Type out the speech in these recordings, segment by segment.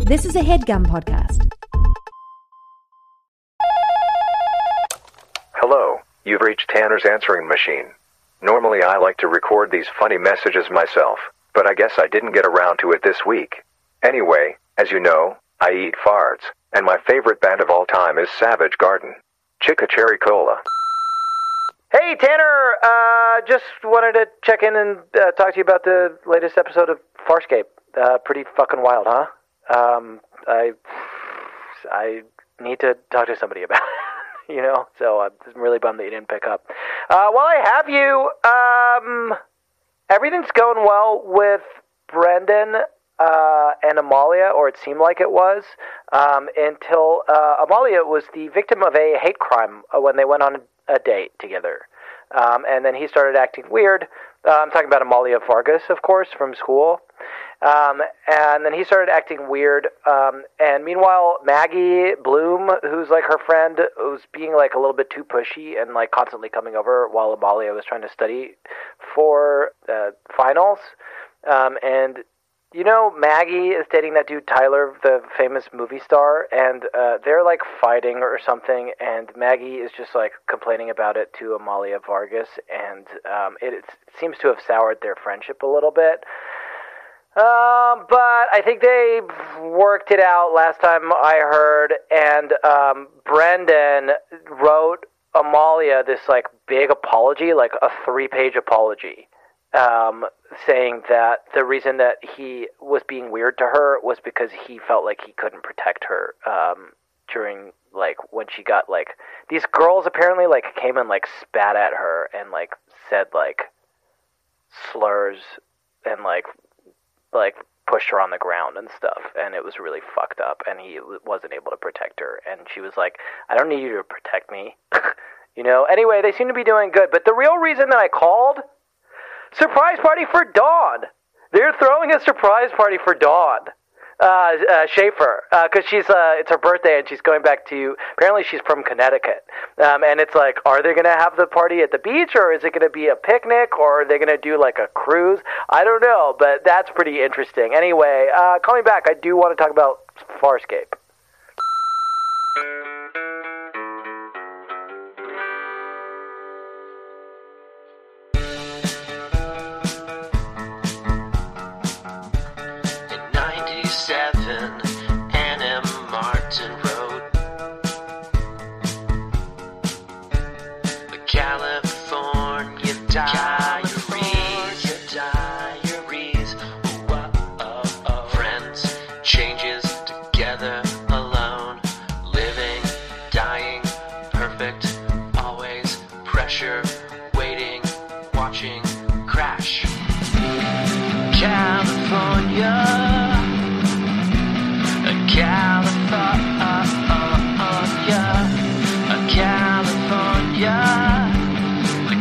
This is a headgum podcast. Hello, you've reached Tanner's answering machine. Normally, I like to record these funny messages myself, but I guess I didn't get around to it this week. Anyway, as you know, I eat farts, and my favorite band of all time is Savage Garden. Chicka Cherry Cola. Hey, Tanner. Uh, just wanted to check in and uh, talk to you about the latest episode of Farscape. Uh, pretty fucking wild, huh? Um, I I need to talk to somebody about it. You know, so uh, I'm just really bummed that you didn't pick up. Uh, while I have you, um, everything's going well with Brendan uh, and Amalia, or it seemed like it was, um, until uh, Amalia was the victim of a hate crime uh, when they went on a date together. Um, and then he started acting weird. Uh, I'm talking about Amalia Vargas, of course, from school. Um, and then he started acting weird. Um, and meanwhile, Maggie Bloom, who's like her friend, was being like a little bit too pushy and like constantly coming over while Amalia was trying to study for uh, finals. Um, and you know, Maggie is dating that dude Tyler, the famous movie star, and uh, they're like fighting or something, and Maggie is just like complaining about it to Amalia Vargas, and um, it, it seems to have soured their friendship a little bit. Um, but I think they worked it out last time I heard, and um, Brendan wrote Amalia this like big apology, like a three-page apology um, saying that the reason that he was being weird to her was because he felt like he couldn't protect her um, during like when she got like these girls apparently like came and like spat at her and like said like slurs and like like pushed her on the ground and stuff and it was really fucked up and he w- wasn't able to protect her and she was like I don't need you to protect me you know anyway they seem to be doing good but the real reason that I called surprise party for Dawn. They're throwing a surprise party for Dawn. Uh, uh, Schaefer, because she's uh, it's her birthday and she's going back to apparently she's from Connecticut, um, and it's like, are they gonna have the party at the beach or is it gonna be a picnic or are they gonna do like a cruise? I don't know, but that's pretty interesting. Anyway, uh, call me back. I do want to talk about Farscape. at 97 and M. Martin Road. The California Diaries. Diaries. Whoa, oh, oh. Friends, changes together, alone, living, dying, perfect, always, pressure, waiting, watching, crash. California. California. California.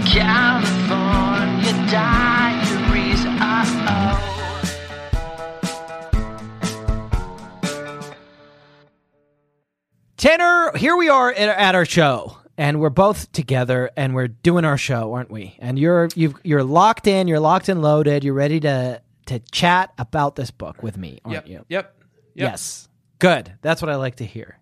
California Diaries. Oh, oh. Tanner, here we are at, at our show, and we're both together, and we're doing our show, aren't we? And you're you've, you're locked in, you're locked and loaded, you're ready to to chat about this book with me, aren't Yep. you? Yep. Yep. Yes, good. That's what I like to hear.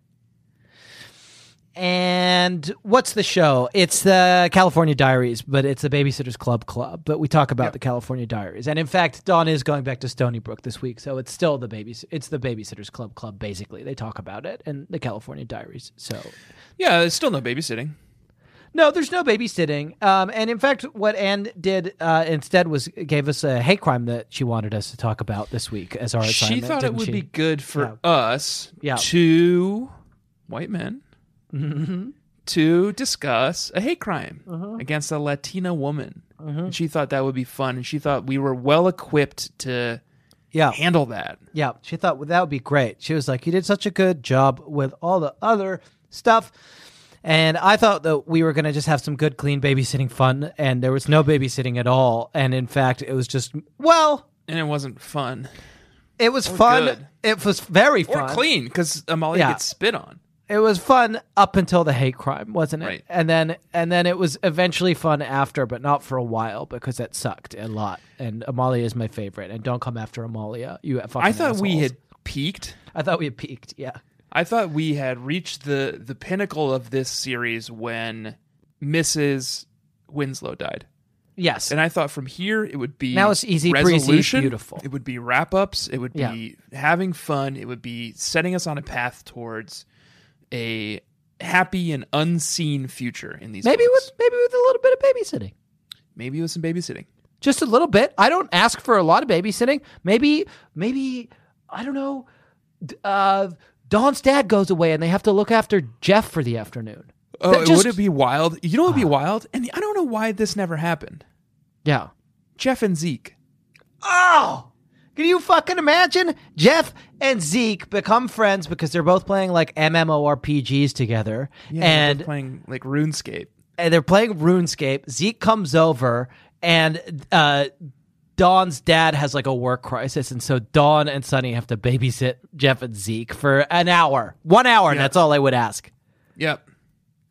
And what's the show? It's the California Diaries, but it's the Babysitters Club Club. But we talk about the California Diaries, and in fact, Dawn is going back to Stony Brook this week, so it's still the babys. It's the Babysitters Club Club. Basically, they talk about it and the California Diaries. So Yeah, it's still no babysitting. no, there's no babysitting. Um, and in fact, what Anne did uh, instead was gave us a hate crime that she wanted us to talk about this week as our She assignment. thought it didn't would she? be good for us, Yeah. two white men, Mm-hmm. to discuss a hate crime against a Latina woman. Mm-hmm. And she thought that would be fun, and she thought we were well equipped to yeah, handle that. yeah. She thought well, that would be great. She was like, "You did such a good job with all the other stuff." And I thought that we were going to just have some good, clean babysitting fun, and there was no babysitting at all. And in fact, it was just well, And it wasn't fun it was fun. good. It was very or fun. clean because Amalia Yeah. gets spit on. it was fun up until the hate crime, wasn't it? Right. And then and then it was eventually fun after, but not for a while because that sucked a lot. And Amalia is my favorite. And don't come after Amalia. You fucking I thought we assholes. had peaked. I thought we had peaked. Yeah. I thought we had reached the the pinnacle of this series when Mrs. Winslow died. Yes. And I thought from here it would be Now it's easy, breezy, resolution. beautiful. It would be wrap ups. It would be Yeah. having fun. It would be setting us on a path towards a happy and unseen future in these. maybe books. with maybe with a little bit of babysitting. maybe with some babysitting. Just a little bit. I don't ask for a lot of babysitting. Maybe maybe I don't know. d- Uh, Dawn's dad goes away and they have to look after Jeff for the afternoon. Oh, That it- just- Ah. would it be wild? You know, what would be wild. And I don't know why this never happened. Yeah. Jeff and Zeke. Oh, can you fucking imagine? Jeff and Zeke become friends because they're both playing like MMORPGs together, Yeah, and they're playing like RuneScape. and they're playing RuneScape. Zeke comes over, and uh, Dawn's dad has like a work crisis, and so Dawn and Sunny have to babysit Jeff and Zeke for an hour, one hour. and Yeah. That's all I would ask. Yep.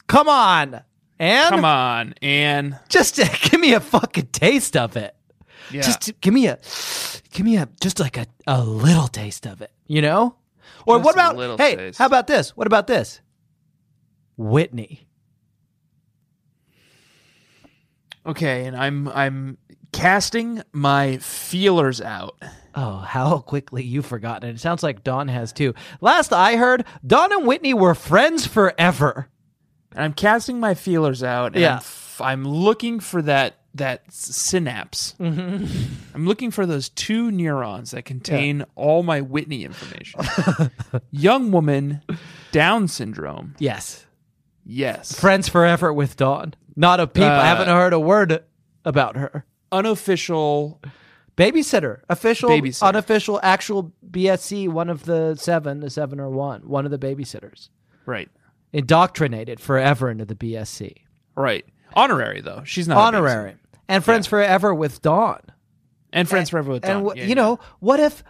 Come on, and Come on, Anne. just to give me a fucking taste of it. Yeah. Just to- give me a, give me a, just like a, a little taste of it, you know? Or Just what a about, little hey, taste. how about this? What about this? Whitney. Okay, and I'm I'm casting my feelers out. Oh, how quickly you've forgotten. It sounds like Dawn has too. Last I heard, Dawn and Whitney were friends forever. And I'm casting my feelers out and Yeah. I'm, f- I'm looking for that that s- synapse. Mm-hmm. I'm looking for those two neurons that contain all my Whitney information. Young woman, Down syndrome. Yes. Yes. Friends forever with Dawn. Not a peep. I Uh, haven't heard a word about her. Unofficial. Babysitter, official, Babysitter. unofficial, actual BSC, one of the seven, the seven or one, one of the babysitters. Right. Indoctrinated forever into the BSC. Right. Honorary though. She's not a babysitter. Honorary. And friends forever with Dawn. and friends forever with And Dawn. wh- Yeah, you yeah. know, what if,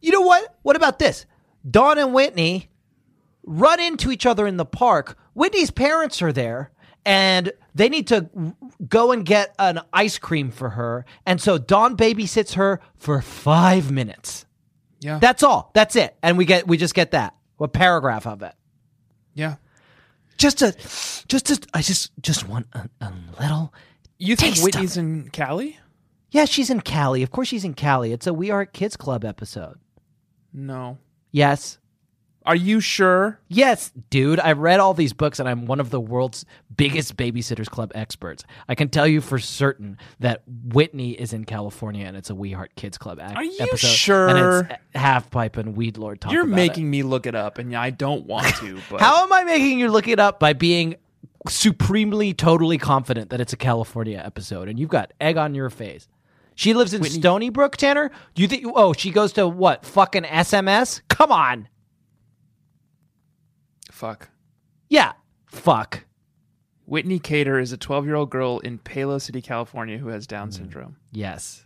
you know what? What about this? Dawn and Whitney run into each other in the park. Whitney's parents are there and they need to go and get an ice cream for her. And so Dawn babysits her for five minutes. Yeah. That's all. That's it. And we get, we just get that. A paragraph of it. yeah. Just a, just a, I just, just want a, a little. You think Taste of Whitney's in Cali? Yeah, she's in Cali. Of course she's in Cali. It's a We Are Kids Club episode. No. Yes. Are you sure? Yes, dude. I read all these books and I'm one of the world's biggest babysitters club experts. I can tell you for certain that Whitney is in California and it's a We Heart Kids Club ac- Are you episode. sure? And it's half pipe and weed lord talk. You're about making it. me look it up, and I don't want to. But How am I making you look it up by being supremely totally confident that it's a California episode and you've got egg on your face. She lives in Stony Brook, Tanner? Do you think oh, she goes to what? Fucking SMS? Come on. fuck. Yeah. Fuck. Whitney Cater is a 12 year old girl in Palo City, California, who has Down syndrome. Yes.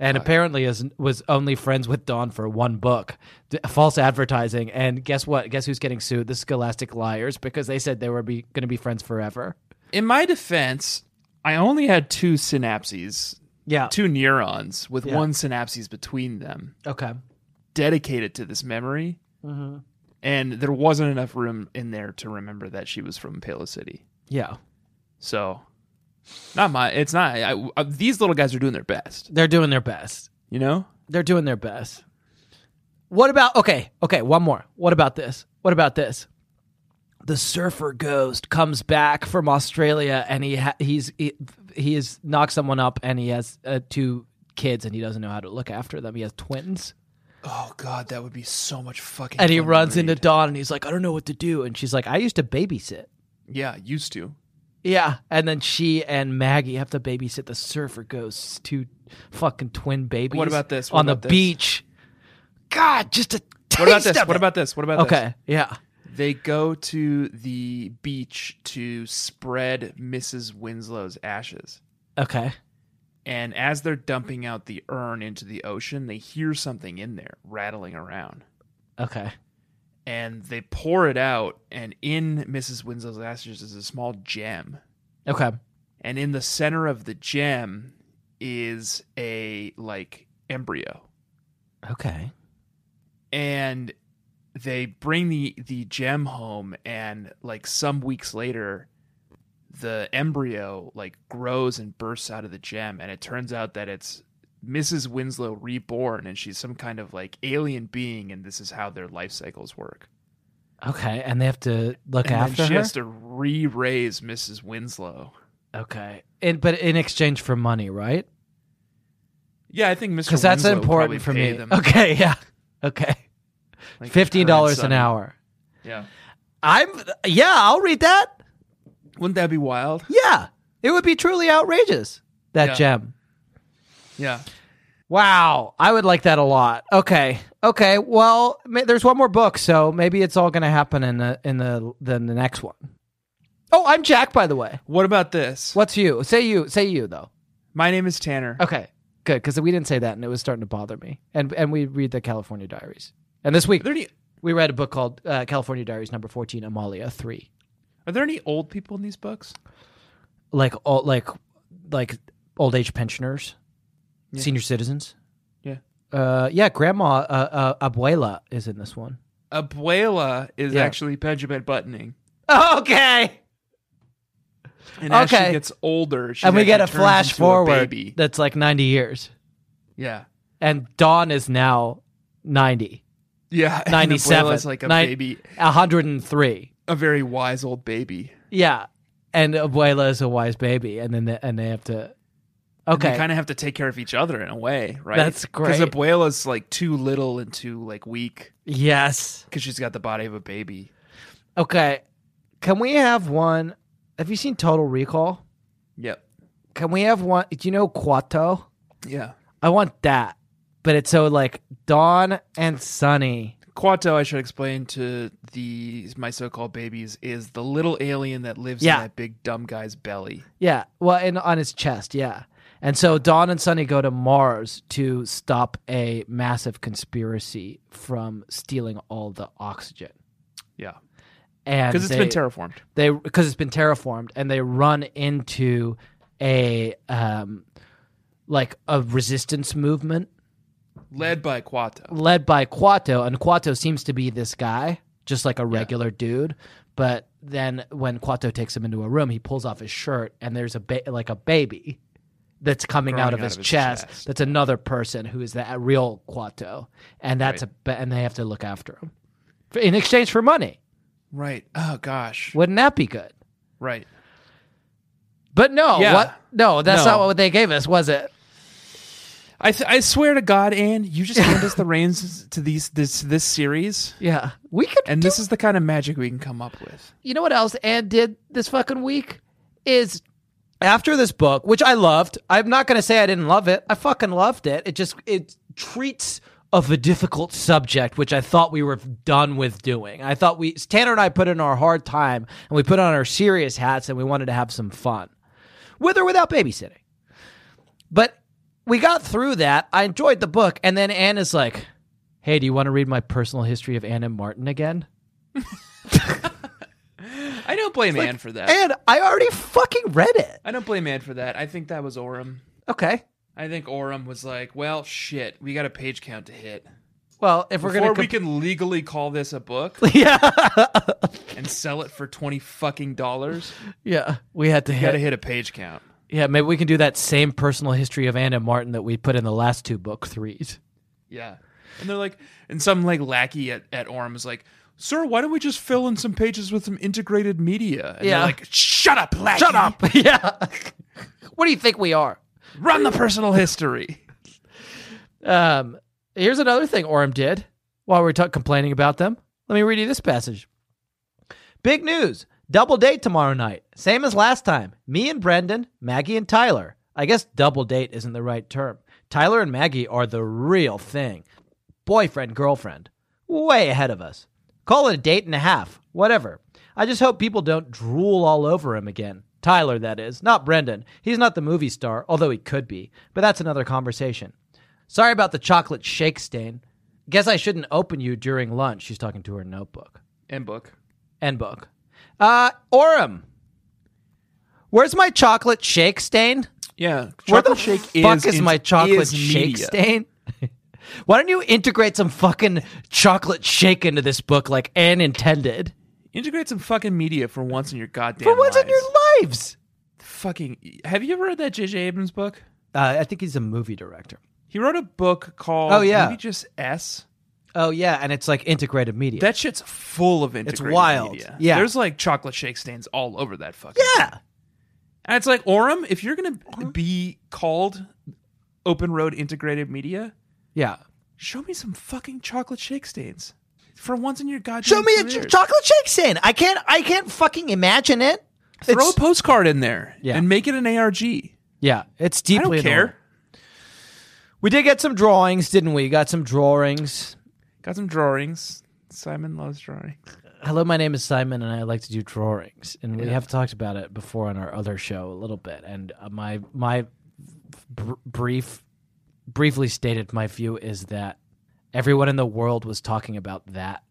And apparently is, was only friends with Dawn for one book, D- false advertising. And guess what? Guess who's getting sued? The Scholastic Liars because they said they were be, going to be friends forever. In my defense, I only had two synapses, Yeah. two neurons with Yeah. one synapses between them, Okay. dedicated to this memory. Mm-hmm. And there wasn't enough room in there to remember that she was from Palo City. Yeah. So, not my. It's not. I, I, these little guys are doing their best. They're doing their best. You know. They're doing their best. What about okay, okay, one more. What about this? What about this? The surfer ghost comes back from Australia and he ha- he's he, he is knocked someone up and he has uh, two kids and he doesn't know how to look after them. He has twins. Oh God, that would be so much fucking. And he fun to runs into read. Dawn and he's like, I don't know what to do. And she's like, I used to babysit. Yeah, used to. Yeah. And then she and Maggie have to babysit the surfer ghosts, two fucking twin babies. What about this? What on about the this? beach. God, just a taste What about this? of it. What about this? What about this? Okay. Yeah. They go to the beach to spread Mrs. Winslow's ashes. Okay. And as they're dumping out the urn into the ocean, they hear something in there rattling around. Okay. And they pour it out, and in Mrs. Winslow's ashes is a small gem. Okay. And in the center of the gem is a like embryo. Okay. and they bring the the gem home and like some weeks later the embryo like grows and bursts out of the gem and it turns out that it's Mrs. Winslow reborn and she's some kind of like alien being and this is how their life cycles work. Okay, and they have to look And then after she her. has to re-raise Mrs. Winslow. Okay, and, but in exchange for money, right? Yeah, I think Mr. Because that's Winslow would probably important for pay me. Them, Okay, yeah. Okay, like, fifteen her dollars an son. hour. Yeah, I'm yeah. I'll read that. wouldn't that be wild? Yeah, it would be truly outrageous. That Yeah. gem. Yeah. Wow, I would like that a lot. Okay, okay. Well, ma- there's one more book, so maybe it's all going to happen in the in the then the next one. Oh, I'm Jack, by the way. What about this? What's you? Say you. Say you though. My name is Tanner. Okay, good because we didn't say that, and it was starting to bother me. And and we read the California Diaries. And this week Are there any we read a book called uh, California Diaries Number Fourteen, Amalia Three. Are there any old people in these books? Like all like like old age pensioners, senior citizens. Yeah. Uh, yeah, Grandma uh, uh, Abuela is in this one. Abuela is Yeah. actually Benjamin Buttoning. Okay. And as Okay. she gets older, she and we get a actually turns flash into a forward baby. that's like 90 years. Yeah. And Dawn is now 90, Yeah. and 97. Abuela's like a nine- baby, 103. a very wise old baby. Yeah. And Abuela is a wise baby. And then they, and they have to. They Okay. kind of have to take care of each other in a way, right? That's great. Because Abuela's like too little and too like weak yes. because she's got the body of a baby. Okay. Can we have one? Have you seen Total Recall? Yep. Can we have one? Do you know Quato? Yeah. I want that. But it's so like Dawn and Sunny. Quato, I should explain to the my so-called babies, is the little alien that lives Yeah. in that big dumb guy's belly. Yeah. Well, and on his chest, yeah. And so Dawn and Sunny go to Mars to stop a massive conspiracy from stealing all the oxygen. Yeah, And because it's they- been terraformed. They because it's been terraformed, and they run into a um, like a resistance movement led by Quato. led by Quato, and Quato seems to be this guy, just like a regular dude. But then when Quato takes him into a room, he pulls off his shirt, and there's a ba- like a baby that's coming Growing out of his, chest, chest. That's another person who is that real Quato, and that's a ba- and they have to look after him For- in exchange for money. Right. Oh gosh. Wouldn't that be good? Right. But no, Yeah. what? No, that's No. not what they gave us, was it? I th- I swear to God, Anne, you just hand us the reins to these this this series, Yeah, we could. and this is the kind of magic we can come up with. you know what else Anne did this fucking week is after this book, which I loved. I'm not going to say I didn't love it. I fucking loved it. It just it treats of a difficult subject, which I thought we were done with doing. I thought we Tanner and I put in our hard time and we put on our serious hats and we wanted to have some fun, with or without babysitting. But we got through that. I enjoyed the book, and then Anne is like, "Hey, do you want to read my personal history of Anna Martin again?" I don't blame Anne for that. And I already fucking read it. I don't blame Anne for that. I think that was Orem. Okay. I think Orem was like, well, shit, we got a page count to hit. Well, if we're Before gonna, we comp- can legally call this a book yeah, and sell it for twenty fucking dollars, yeah, we had to got hit. to hit a page count. Yeah, maybe we can do that same personal history of Anna Martin that we put in the last two book threes. Yeah. And they're like, and some like lackey at, at Orm is like, Sir, why don't we just fill in some pages with some integrated media? And Yeah. they're like, Shut up, lackey. Shut up. yeah. what do you think we are? Run the personal history. Um, here's another thing Orem did while we were ta- complaining about them. Let me read you this passage. Big news. Double date tomorrow night. Same as last time. Me and Brendan, Maggie and Tyler. I guess double date isn't the right term. Tyler and Maggie are the real thing. Boyfriend, girlfriend. Way ahead of us. Call it a date and a half. Whatever. I just hope people don't drool all over him again. Tyler, that is. Not Brendan. He's not the movie star, although he could be. But that's another conversation. Sorry about the chocolate shake stain. Guess I shouldn't open you during lunch. She's talking to her notebook End book. and book. Uh, Orem, where's my chocolate shake stain? Yeah. Where Chocolate the shake fuck is, is, in- my chocolate shake media. stain? Why don't you integrate some fucking chocolate shake into this book, like Anne intended? Integrate some fucking media for once in your goddamn. For what's in lives. your lives? Fucking. Have you ever read that J.J. Abrams book? Uh, I think he's a movie director. He wrote a book called. Oh, yeah. Maybe just S. Oh yeah, and it's like integrated media. That shit's full of integrated wild. media. Yeah. There's like chocolate shake stains all over that fucking. yeah, And it's like Orem, if you're gonna be called open road integrated media, yeah. show me some fucking chocolate shake stains. For once in your goddamn Show me a career. ch- chocolate shake stand. I can't. I can't fucking imagine it. Throw a It's- postcard in there Yeah. and make it an ARG. yeah, it's I deeply. don't annoying. care. We did get some drawings, didn't we? Got some drawings. Got some drawings. Simon loves drawings. Hello, my name is Simon, and I like to do drawings. And we have talked about it before on our other show a little bit. And uh, my my br- brief, briefly stated, my view is that everyone in the world was talking about that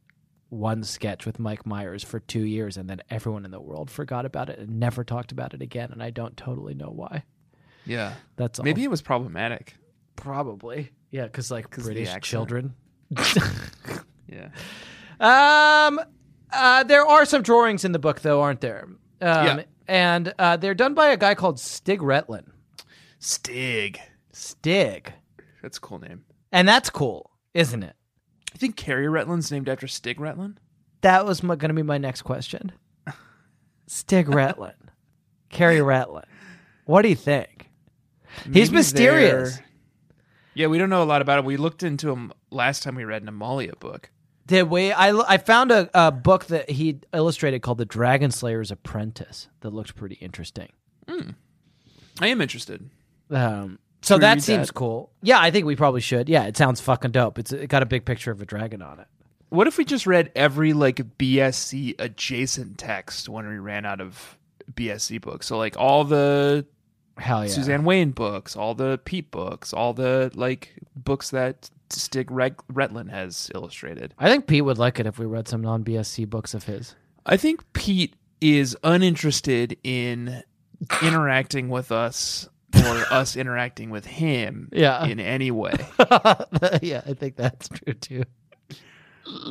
one sketch with Mike Myers for two years, and then everyone in the world forgot about it and never talked about it again. And I don't totally know why. Yeah. That's all. Maybe it was problematic. probably yeah, because like the British accent. children. Yeah. Um, uh, there are some drawings in the book, though, aren't there? Um, Yeah. And uh, they're done by a guy called Stig Retlin. Stig. Stig. That's a cool name. And that's cool, isn't it? You think Carrie Retlin's named after Stig Retlin? That was my, gonna be my next question. Stig Retlin. Carrie Retlin. What do you think? He's Maybe mysterious. they're- Yeah, we don't know a lot about him. We looked into him last time we read an Amalia book. Did we? I, l- I found a, a book that he illustrated called The Dragon Slayer's Apprentice that looked pretty interesting. I am interested. Um, so we that read seems that? cool. Yeah, I think we probably should. Yeah, it sounds fucking dope. It's it got a big picture of a dragon on it. What if we just read every like BSC adjacent text when we ran out of BSC books? So like all the Hell Oh, yeah. Suzanne Wayne books, all the Pete books, all the like books that Stig Reg- Retlin has illustrated. I think Pete would like it if we read some non BSC books of his. I think Pete is uninterested in interacting with us or us interacting with him Yeah. in any way. yeah, I think that's true too.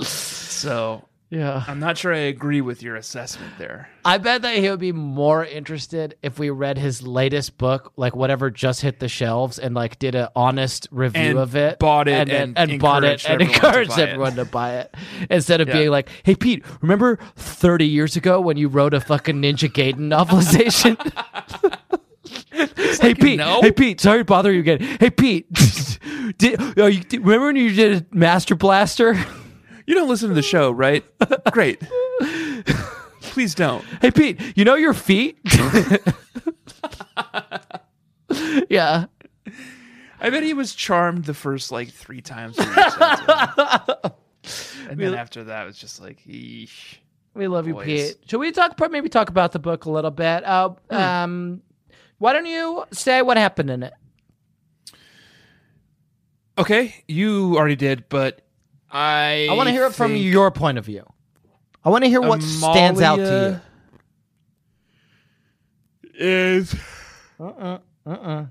So Yeah. I'm not sure I agree with your assessment there. I bet that he would be more interested if we read his latest book, like whatever just hit the shelves, and like did an honest review And of it, bought it then- and bought it, encouraged and everyone to encouraged buy it. everyone to buy it, instead of Yeah. being like, "Hey Pete, remember 30 years ago when you wrote a fucking Ninja Gaiden novelization?" hey Pete, no. hey Pete, sorry to bother you again. Hey Pete, did, oh, you, did- remember when you did Master Blaster? You don't listen to the show, right? Great. Please don't. Hey Pete, you know your feet? yeah. I bet he was charmed the first like three times. we reached out to him. and then after that, it was just like, eesh. We love you, Boys. Pete. Should we talk pro- maybe talk about the book a little bit? Uh, um, why don't you say what happened in it? Okay, you already did, but I. I want to hear it from think your point of view. I want to hear what stands out to Amalia Is Uh-uh,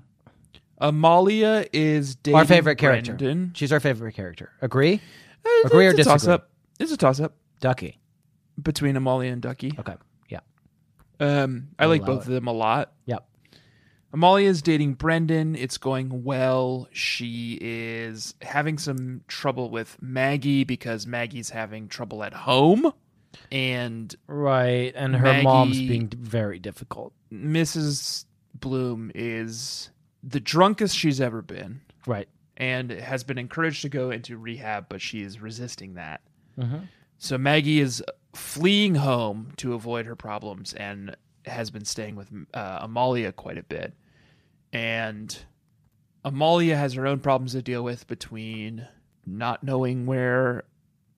Amalia is you. dating Our favorite character. Brendan. She's our favorite character. Agree? Uh, Agree or it's a disagree? Toss-up. It's a toss up Ducky. between Amalia and Ducky. Okay. Yeah. Um, I like allow both it. of them a lot. Yep. Amalia is dating Brendan. It's going well. She is having some trouble with Maggie because Maggie's having trouble at home. And Right. And her Maggie- mom's being very difficult. Mrs. Bloom is the drunkest she's ever been Right. and has been encouraged to go into rehab, but she is resisting that. Mm-hmm. So Maggie is fleeing home to avoid her problems and has been staying with uh, Amalia quite a bit. And Amalia has her own problems to deal with between not knowing where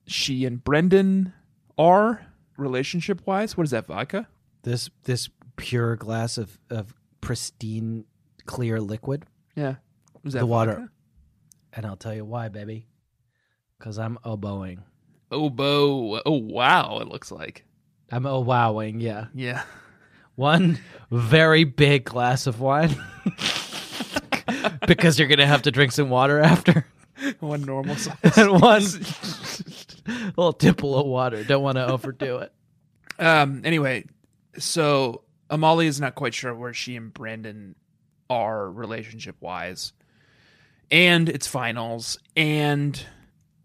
she and Brendan are relationship wise. What is that, vodka? This this pure glass of, of pristine clear liquid. Yeah. Was that The water. vodka? And I'll tell you why, baby. Because I'm oboeing. Oboe. Oh, wow. It looks like. I'm oh wowing, yeah. Yeah. One very big glass of wine. because you're gonna have to drink some water after. One normal size. and one little tipple of water. Don't want to overdo it. Um. Anyway, so Amalie is not quite sure where she and Brandon are relationship wise, and it's finals, and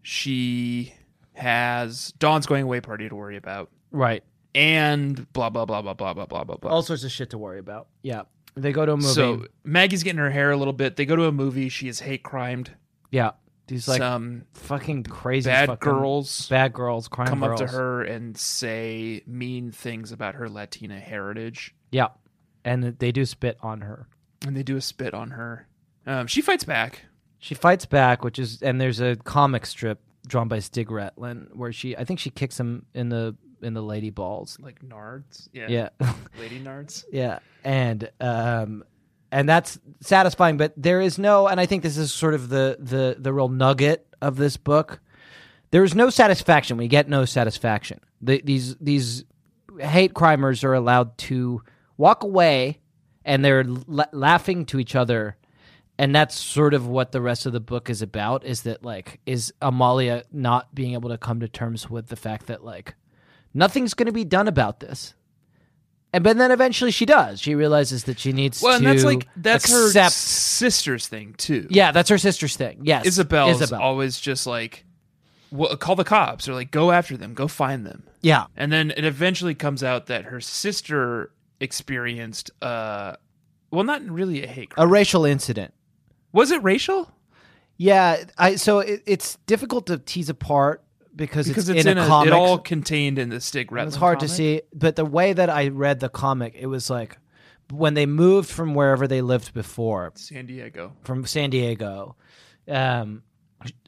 she has Dawn's going away party to worry about, Right. and blah blah blah blah blah blah blah blah blah. All sorts of shit to worry about. Yeah. They go to a movie. so Maggie's getting her hair a little bit. They go to a movie. She is hate crimed. yeah. These like Some fucking crazy bad fucking- girls Bad girls, crime come girls. up to her and say mean things about her Latina heritage. Yeah. And they do spit on her. and they do a spit on her. Um, she fights back. She fights back, which is and there's a comic strip drawn by Stig Rattlin where she I think she kicks him in the in the lady balls. Like Nards. Yeah. Yeah. Lady Nards. Yeah, and um, and that's satisfying. But there is no, and I think this is sort of the the the real nugget of this book. There is no satisfaction. We get no satisfaction. The, these these hate crimers are allowed to walk away, and they're la- laughing to each other. And that's sort of what the rest of the book is about. Is that like is Amalia not being able to come to terms with the fact that like nothing's going to be done about this. And but then eventually she does. She realizes that she needs Well, to and that's like that's her accept. sister's thing too. yeah, that's her sister's thing. Yes, Isabel's Isabel. always just like, well, call the cops or like go after them, go find them, yeah, and then it eventually comes out that her sister experienced uh, well, not really a hate crime. a racial incident. Was it racial? Yeah, I so it, it's difficult to tease apart because, Because it's, it's, in, a, comic. it all contained in the Stig Retlin. it's hard to comic. see, but the way that I read the comic, it was like when they moved from wherever they lived before, San Diego. from San Diego, um,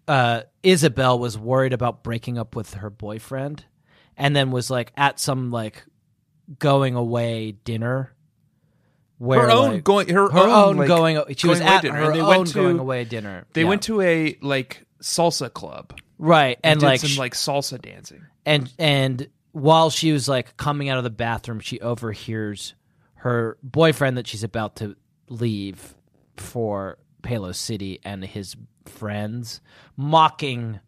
uh, Isabel was worried about breaking up with her boyfriend, and then was like at some like going away dinner. Where Her own like- going. Her, her own like, going. She was away at dinner, her and they own went to, going away dinner. They Yeah. went to a like salsa club right and did like, some sh- like salsa dancing. and and while she was like coming out of the bathroom, she overhears her boyfriend that she's about to leave for Palo City and his friends mocking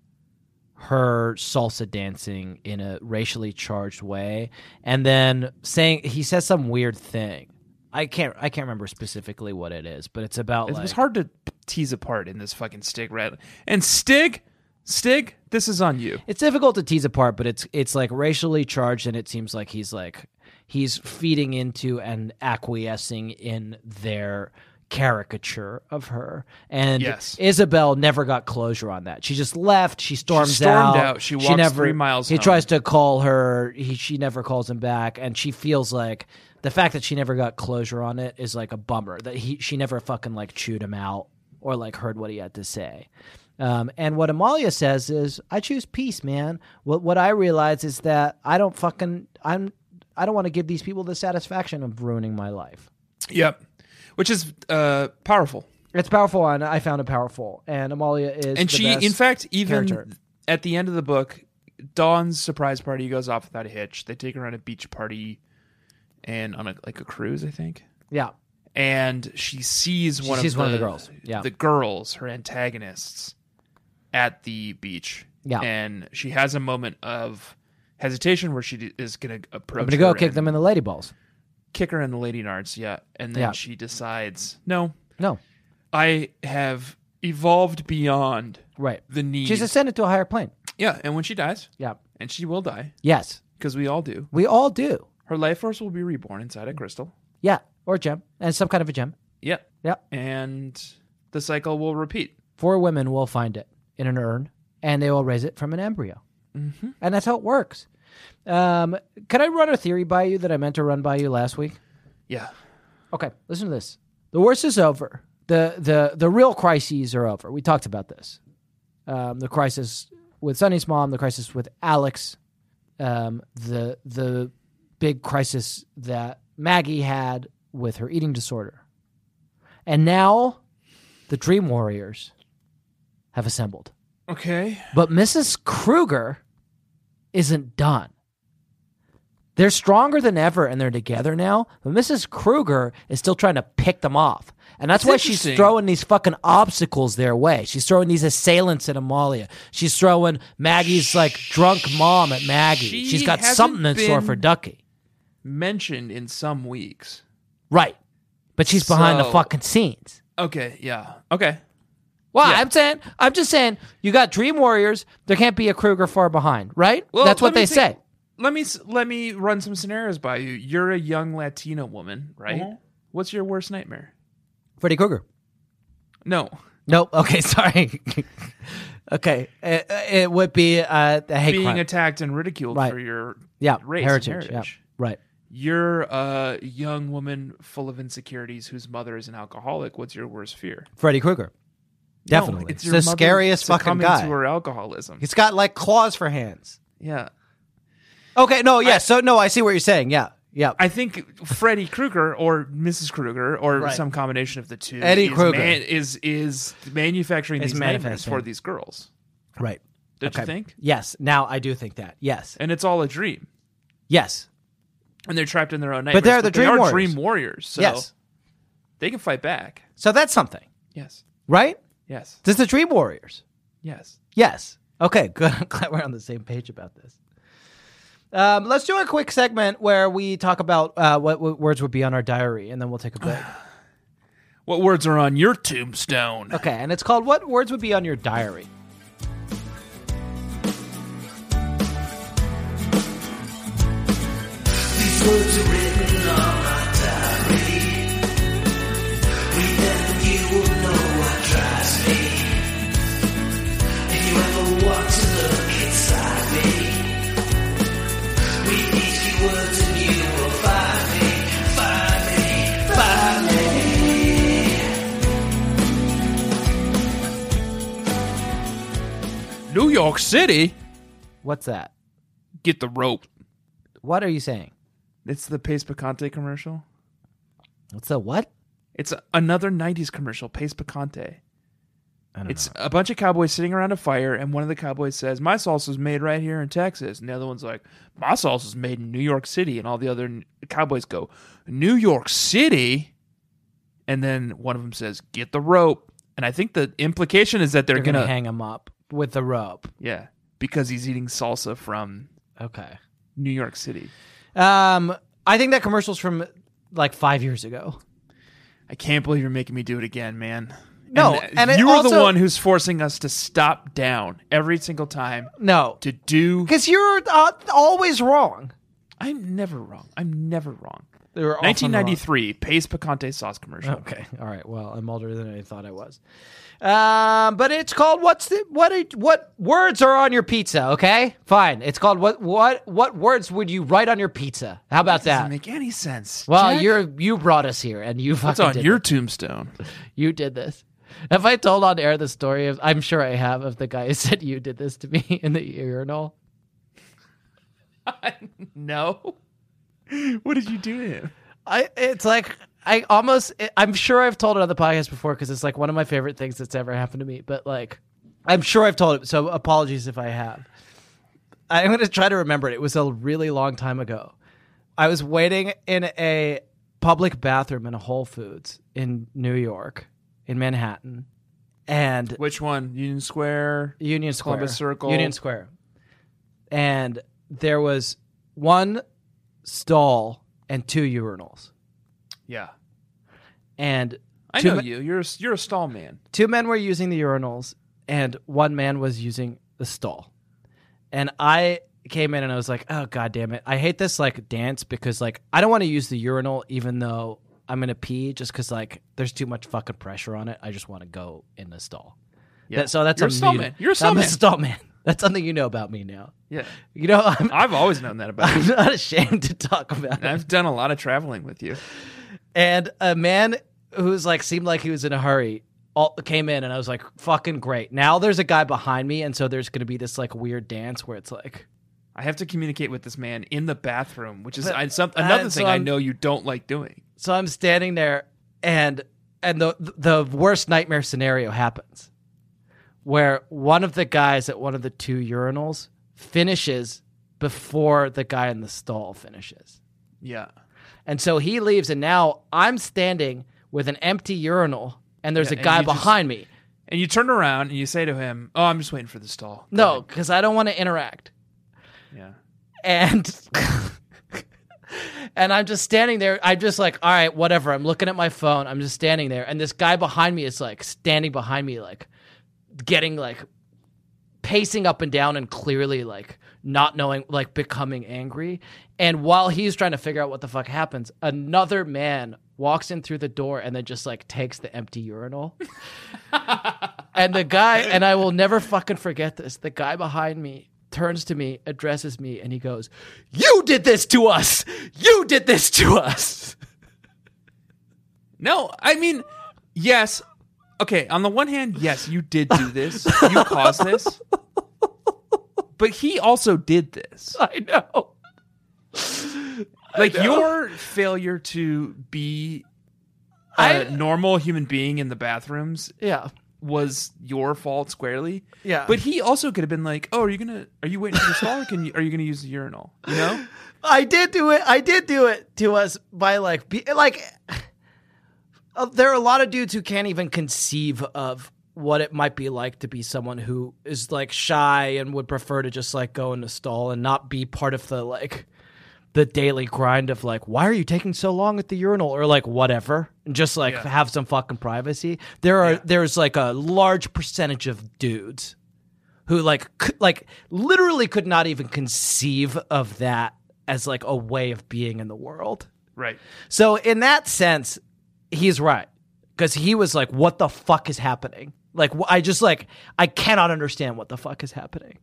her salsa dancing in a racially charged way and then saying he says some weird thing i can't i can't remember specifically what it is but it's about It like was hard to tease apart in this fucking Stig rat. And Stig, Stig, this is on you. it's difficult to tease apart, but it's it's like racially charged, and it seems like he's like he's feeding into and acquiescing in their caricature of her. And Yes. Isabel never got closure on that. She just left. She storms stormed out. She walks never, three miles He home. tries to call her. He she never calls him back, and she feels like the fact that she never got closure on it is like a bummer. That he she never fucking like chewed him out or like heard what he had to say. Um, and what Amalia says is, I choose peace, man. What what I realize is that I don't fucking I'm I don't want to give these people the satisfaction of ruining my life. Yep. Which is uh, powerful. It's powerful, and I found it powerful. And Amalia is the and she, best in fact, even character. at the end of the book, Dawn's surprise party goes off without a hitch. They take her on a beach party and on a like a cruise, I think. yeah and she sees one sees of one of the, the girls. Yeah. the girls, her antagonists, at the beach. Yeah. and she has a moment of hesitation where she d- is going to approach. I'm gonna go her kick and them in the lady balls. kick her in the lady nards. Yeah, and then Yeah. she decides, no, No, I have evolved beyond right. the need. She's ascended to a higher plane. yeah, and when she dies, Yeah. and she will die Yes. because we all do. We all do. Her life force will be reborn inside a crystal. Yeah. Or a gem. And some kind of a gem. Yeah, Yeah. and the cycle will repeat. Four women will find it in an urn and they will raise it from an embryo. Mm-hmm. And that's how it works. Um, can I run a theory by you that I meant to run by you last week? Yeah, Okay, listen to this. The worst is over. The the the real crises are over. We talked about this. Um, the crisis with Sonny's mom, the crisis with Alex, um, the the big crisis that Maggie had with her eating disorder, and now the Dream Warriors have assembled. okay. But Mrs. Kruger isn't done. They're stronger than ever and they're together now, but Mrs. Kruger is still trying to pick them off. And that's That's why she's interesting. throwing these fucking obstacles their way. She's throwing these assailants at Amalia. She's throwing Maggie's like drunk mom at Maggie. She she's got hasn't something in store been- for Ducky. mentioned in some weeks. Right. But she's behind the So- fucking scenes. Okay, yeah. Okay. Well, Yeah. I'm saying, I'm just saying, you got Dream Warriors. There can't be a Kruger far behind, right? Well, That's what let me they think- say. Let me s- let me run some scenarios by you. You're a young Latina woman, right? What's your worst nightmare? Freddy Krueger. No. Nope. Okay. Sorry. okay. It, it would be uh, the hate Being crime. attacked and ridiculed Right. for your yeah. race and heritage. Yeah. heritage. Right. You're a young woman full of insecurities whose mother is an alcoholic. What's your worst fear? Freddy Krueger. No, Definitely. it's It's your the mother scariest fucking succumbing guy. to her alcoholism. He's got like claws for hands. Yeah. Okay, no, yeah. so no, I see what you're saying. Yeah, yeah. I think Freddy Krueger or Mrs. Krueger or some combination of the two Eddie is, Krueger. man- is is manufacturing Is these nightmares manifesting. for these girls. right. Don't you think? Yes. Now I do think that. Yes. And it's all a dream. Yes. And they're trapped in their own nightmares. they're the they dream are warriors. dream warriors. So Yes. they can fight back. So that's something, Yes. right? Yes. This is the Dream Warriors. Yes. Yes. Okay, good. I'm glad we're on the same page about this. Um, let's do a quick segment where we talk about uh, what, what words would be on our diary, and then we'll take a break. What words are on your tombstone? Uh, okay. And it's called "What Words Would Be on Your Diary." New York City, What's that? get the rope. What are you saying? It's the Pace Picante commercial. What's the what? It's a- another 90s commercial, Pace Picante. It's a bunch of cowboys sitting around a fire, and one of the cowboys says, My salsa's made right here in Texas. And the other one's like, My salsa's made in New York City. And all the other n- cowboys go, New York City? And then one of them says, Get the rope. And I think the implication is that they're, They're going gonna, to. hang him up with the rope. Yeah, because he's eating salsa from Okay. New York City. Um, I think that commercial's from like five years ago. I can't believe you're making me do it again, man. No, and it you are the also- one who's forcing us to stop down every single time No, to do. Because you're uh, always wrong. I'm never wrong. I'm never wrong. They were 1993 Pace Picante sauce commercial. Okay. All right. Well, I'm older than I thought I was. Um, but it's called what's the what it- what words are on your pizza? Okay, fine. It's called what what what words would you write on your pizza? How about Doesn't that? make any sense. Well, Jack. you're you brought us here and you What's fucking on did your it. tombstone? you did this. Have I told on air the story of? I'm sure I have of the guy who said you did this to me in the urinal. no. What did you do to him? I it's like I almost I'm sure I've told it on the podcast before because it's like one of my favorite things that's ever happened to me. But like I'm sure I've told it, so apologies if I have. I'm gonna try to remember it. It was a really long time ago. I was waiting in a public bathroom in a Whole Foods in New York, in Manhattan, and Which one? Union Square. Union Square, Columbus Circle. Union Square, and there was one stall and two urinals, Yeah. and I two know ma- you. You're a, you're a stall man. two men were using the urinals and one man was using the stall and i came in and i was like oh god damn it i hate this like dance because like i don't want to use the urinal even though i'm gonna pee just because like there's too much fucking pressure on it i just want to go in the stall Yeah. That- so that's You're a me- stall man. You're a stall I'm man. a stall man that's something you know about me now Yeah. you know i'm, I've always known that about you. I'm not ashamed to talk about And it I've done a lot of traveling with you. and a man who's like seemed like he was in a hurry all, came in and I was like fucking great. Now there's a guy behind me and so there's going to be this like weird dance where it's like I have to communicate with this man in the bathroom, which is But- I, some, uh, another so thing I I'm- know you don't like doing. so I'm standing there and and the the worst nightmare scenario happens where one of the guys at one of the two urinals finishes before the guy in the stall finishes. Yeah. And so he leaves, and now I'm standing with an empty urinal, and there's Yeah, a and guy you just- behind me. And you turn around and you say to him, "Oh, I'm just waiting for the stall." No, because I don't want to interact. Yeah. and and I'm just standing there. I'm just like, all right, whatever. I'm looking at my phone. I'm just standing there, and this guy behind me is like standing behind me, like getting like pacing up and down, and clearly like not knowing, like becoming angry. And while he's trying to figure out what the fuck happens, another man walks in through the door and then just like takes the empty urinal. And the guy, and I will never fucking forget this. The guy behind me turns to me, addresses me, and he goes, You did this to us! You did this to us! No, I mean, yes. Okay, on the one hand, yes, you did do this. You caused this. But he also did this. I know. Like your failure to be a I- normal human being in the bathrooms Yeah. was your fault squarely. Yeah. But he also could have been like, "Oh, are you gonna? Are you waiting for the stall? Or can you? Are you gonna use the urinal? You know? I did do it. I did do it to us by like, be, like, uh, there are a lot of dudes who can't even conceive of what it might be like to be someone who is like shy and would prefer to just like go in the stall and not be part of the like the daily grind of like why are you taking so long at the urinal or like whatever and just like Yeah. have some fucking privacy there are there's like a large percentage of dudes who like could, like literally could not even conceive of that as like a way of being in the world. Right? So in that sense, he's right because he was like, "What the fuck is happening?" Like wh- I just like I cannot understand what the fuck is happening.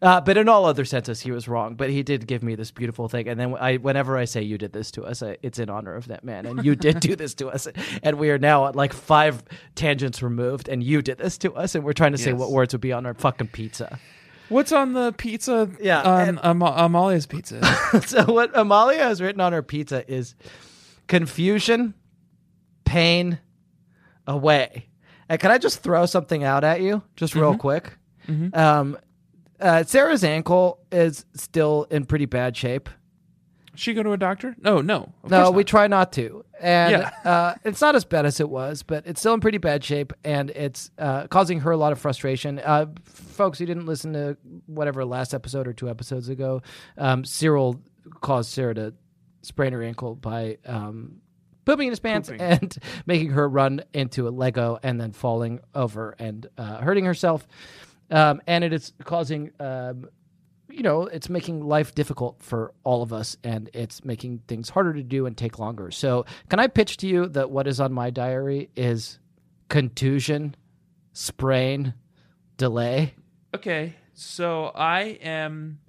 Uh, but in all other senses, he was wrong. But he did give me this beautiful thing. And then I, whenever I say you did this to us, I, it's in honor of that man. And you did do this to us. And we are now at like five tangents removed. And you did this to us. And we're trying to say Yes. what words would be on our fucking pizza. What's on the pizza? Yeah, on Am- Amalia's pizza. so what Amalia has written on her pizza is confusion, pain, away. And can I just throw something out at you, just real quick? Um, uh, Sarah's ankle is still in pretty bad shape. she go to a doctor? No, no. Of No, course we not. try not to, and Yeah. uh, it's not as bad as it was, but it's still in pretty bad shape, and it's uh, causing her a lot of frustration. Uh, folks who didn't listen to whatever last episode or two episodes ago, um, Cyril caused Sarah to sprain her ankle by um, pooping in his pants Pooping. and making her run into a Lego and then falling over and uh, hurting herself, um, and it is causing. Um, you know, it's making life difficult for all of us and it's making things harder to do and take longer. So, can I pitch to you that what is on my diary is contusion, sprain, delay? Okay, so I am.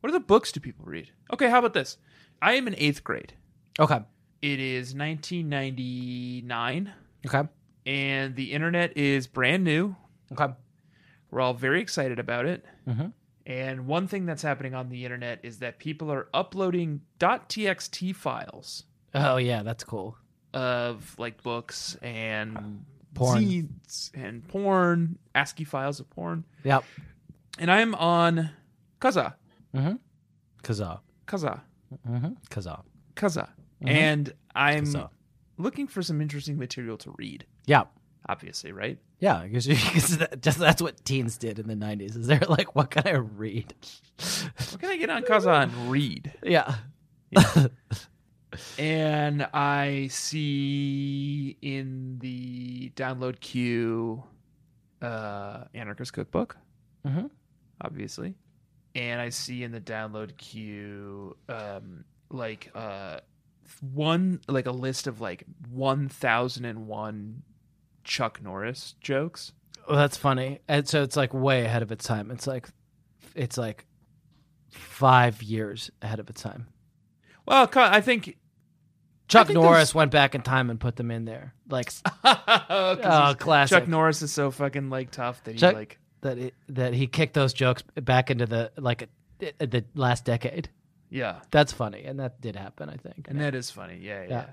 What other books do people read? Okay, how about this? I am in eighth grade. Okay. It is 1999, Okay. and the internet is brand new. Okay. We're all very excited about it. Mhm. And one thing that's happening on the internet is that people are uploading .txt files Oh, yeah, that's cool. of like books and Porn. zines and porn, ASCII files of porn. Yep. And I'm on Kaza, Kazaa. Kaza, Mm-hmm. Kazaa. Kaza, and I'm Mm-hmm. Kazaa. looking for some interesting material to read. Yeah. Obviously, right? Yeah, because that, just that's what teens did in the 90s. Is they're like, what can I read? What can I get on Kaza and read? yeah. And I see in the download queue uh, Anarchist Cookbook, Mhm. obviously. And I see in the download queue um, like uh, one like a list of like one thousand and one Chuck Norris jokes. Well, that's funny. And so it's like way ahead of its time. It's like, it's like five years ahead of its time. Well, co- I think. Chuck think Norris there's- went back in time and put them in there. Like s- 'Cause Oh, he's- classic. Chuck Norris is so fucking like tough that he Chuck- like that, it, that he kicked those jokes back into the like uh, the last decade. yeah. That's funny, and that did happen. I think. And that is funny. Yeah,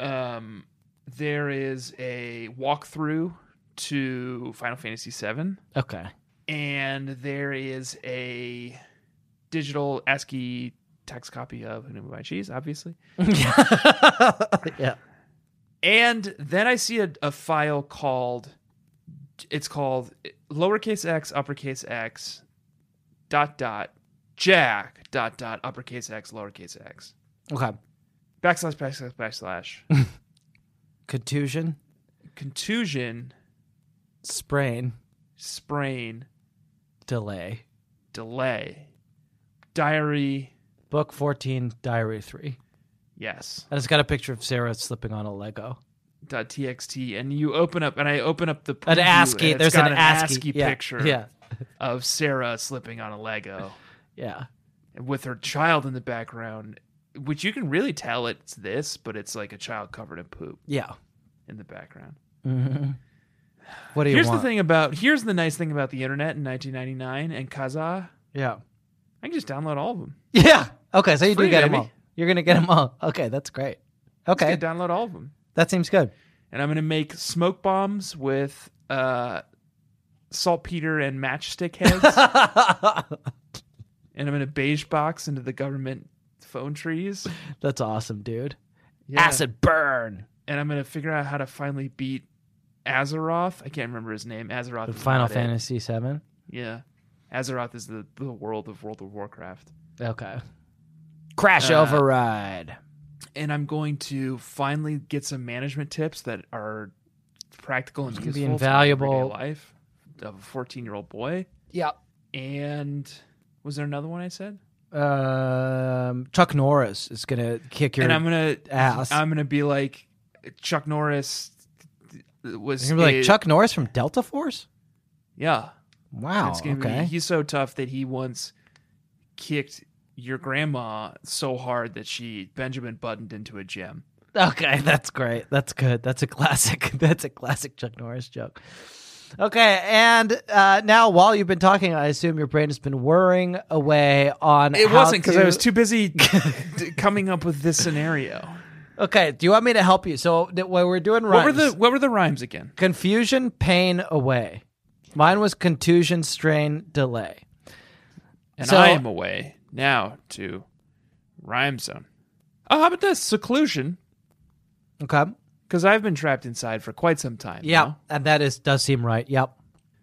yeah. Um, there is a walkthrough to Final Fantasy VII, okay. and there is a digital ASCII text copy of Who Knew Me by Cheese, obviously. Yeah. And then I see a, a file called, it's called lowercase x, uppercase x, dot dot, jack, dot dot, uppercase x, lowercase x, Okay. backslash, backslash, backslash, Contusion, contusion, Sprain. sprain, Delay. delay, diary, Book 14, Diary 3. yes, I just got a picture of Sarah slipping on a Lego. dot txt. And you open up, and I open up the An preview, ASCII. and it's There's got an ASCII, yeah, picture Yeah. of Sarah slipping on a Lego. Yeah. with her child in the background, which you can really tell it's this, but it's like a child covered in poop Yeah. in the background. What do you Mm-hmm. Here's want? the thing about here's the nice thing about the internet in 1999 and Kazaa. Yeah. I can just download all of them. Yeah. Okay. So you do free, get them baby. all. You're going to get them all. Okay. That's great. Okay. I can download all of them, That seems good. and I'm gonna make smoke bombs with uh, saltpeter and matchstick heads, and I'm gonna beige box into the government phone trees. That's awesome, dude. Yeah. Acid burn. and I'm gonna figure out how to finally beat Azeroth. I can't remember his name. Azeroth. is Final not it. Fantasy VII. Yeah. Azeroth is the, the world of World of Warcraft. Okay. Crash Uh, override. And I'm going to finally get some management tips that are practical and gonna useful be to my everyday invaluable. life of a 14 year old boy. Yeah. And was there another one I said? Um, Chuck Norris is gonna kick your. and I'm gonna ass. I'm gonna be like Chuck Norris was You're gonna be like is- Chuck Norris from Delta Force. Yeah, Wow. It's gonna Okay. be, he's so tough that he once kicked your grandma so hard that she Benjamin buttoned into a gym. Okay, that's great. That's good. That's a classic. That's a classic Chuck Norris joke. Okay, and uh, now while you've been talking, I assume your brain has been whirring away on. It how wasn't because I to- was too busy d- coming up with this scenario. Okay, do you want me to help you? So th- what we're doing What rhymes. were the what were the rhymes again? confusion, pain, away. Mine was contusion, strain, delay. And So- I am away now to rhyme zone. Oh, how about this seclusion? Okay. Because I've been trapped inside for quite some time. Yeah, now. and that is does seem right. Yep.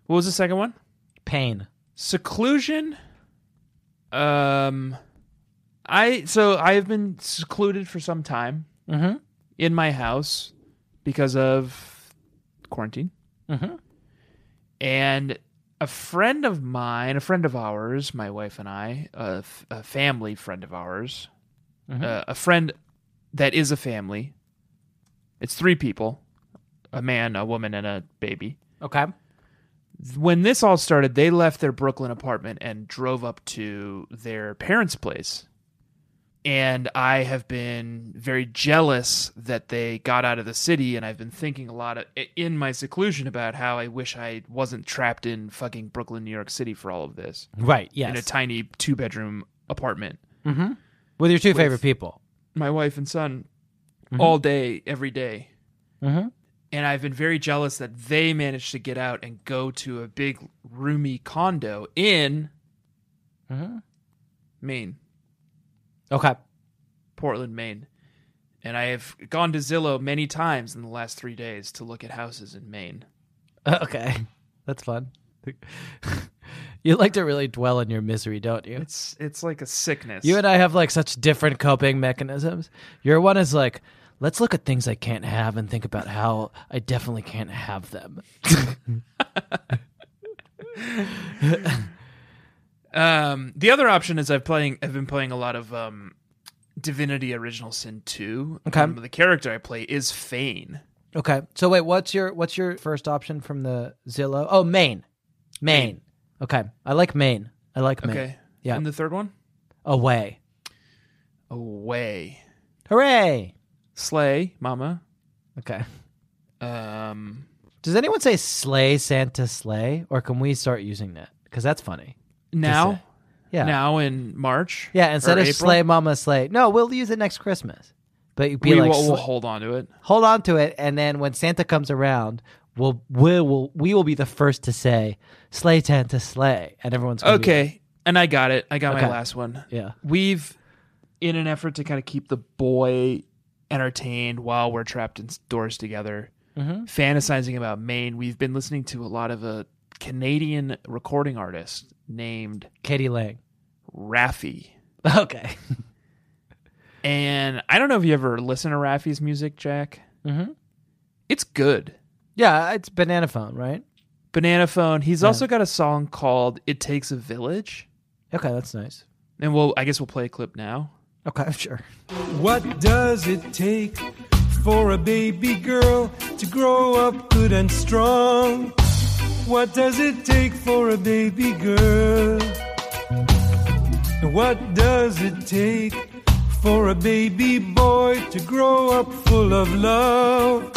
What was the second one? Pain. seclusion um i so i have been secluded for some time Mhm. in my house because of quarantine Mhm. and a friend of mine a friend of ours my wife and i a, f- a family friend of ours uh, a friend that is a family it's three people a man a woman and a baby Okay. when this all started, they left their Brooklyn apartment and drove up to their parents' place. And I have been very jealous that they got out of the city, and I've been thinking a lot of, in my seclusion about how I wish I wasn't trapped in fucking Brooklyn, New York City for all of this Right. in a Yes. Mm-hmm. tiny two bedroom apartment. With your two favorite people. My wife and son all day, every day. Mhm. And I've been very jealous that they managed to get out and go to a big, roomy condo in Mhm. Maine, Okay. Portland, Maine. And I have gone to Zillow many times in the last three days to look at houses in Maine. Okay. That's fun. you like to really dwell on your misery, don't you? It's it's like a sickness. You and I have like such different coping mechanisms. Your one is like, let's look at things I can't have and think about how I definitely can't have them. um, the other option is I've playing I've been playing a lot of um, Divinity Original Sin two. Okay. Um, the character I play is Fane. Okay. So wait, what's your what's your first option from the Zillow? Oh, Maine. Maine. Okay. I like Maine. I like Maine. Okay. Yeah. And the third one, Away. Away, Hooray. Slay, Mama. Okay. Um, Does anyone say slay Santa slay or can we start using that? Cuz that's funny. now, Yeah. now in March. Yeah, instead or of April, slay mama slay. No, we'll use it next Christmas. But you'd be we like will we'll sl- hold on to it. hold on to it and then when Santa comes around, we'll we will we will be the first to say slay Santa slay and everyone's gonna be Okay. and I got it. I got Okay. my last one. Yeah. We've, in an effort to kind of keep the boy entertained while we're trapped indoors together, fantasizing about Maine, we've been listening to a lot of a Canadian recording artist named Katie Lang. Raffi. Okay. And I don't know if you ever listen to Raffi's music, Jack. Mm-hmm. It's good. Yeah, it's banana phone, right? Banana Phone. He's also got a song called It Takes a Village. Okay, that's nice. And we'll, I guess we'll play a clip now. Okay, sure. What does it take for a baby girl to grow up good and strong? What does it take for a baby girl? What does it take for a baby boy to grow up full of love?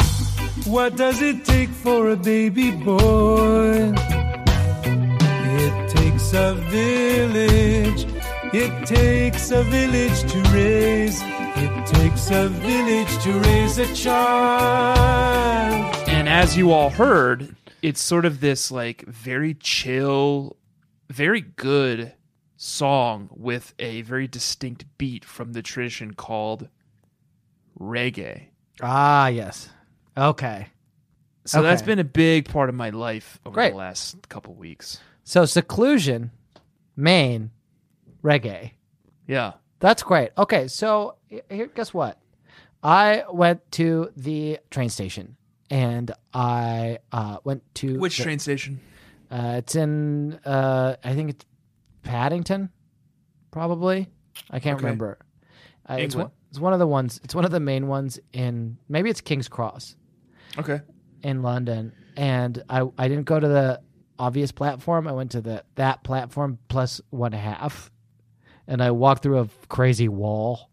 What does it take for a baby boy? It takes a village. It takes a village to raise. It takes a village to raise a child. And as you all heard, it's sort of this like very chill, very good song with a very distinct beat from the tradition called reggae. Ah, yes. Okay. So Okay. that's been a big part of my life over Great. the last couple weeks. So seclusion, Maine, reggae. Yeah. That's great. Okay, so he- here, guess what? I went to the train station and I uh, went to Which the- train station? Uh, it's in uh, I think it's Paddington, probably. I can't Okay. remember. Uh, it's, one, England. it's one of the ones. It's one of the main ones in maybe it's King's Cross Okay. in London, and I I didn't go to the obvious platform. I went to the that platform plus one half, and I walked through a crazy wall,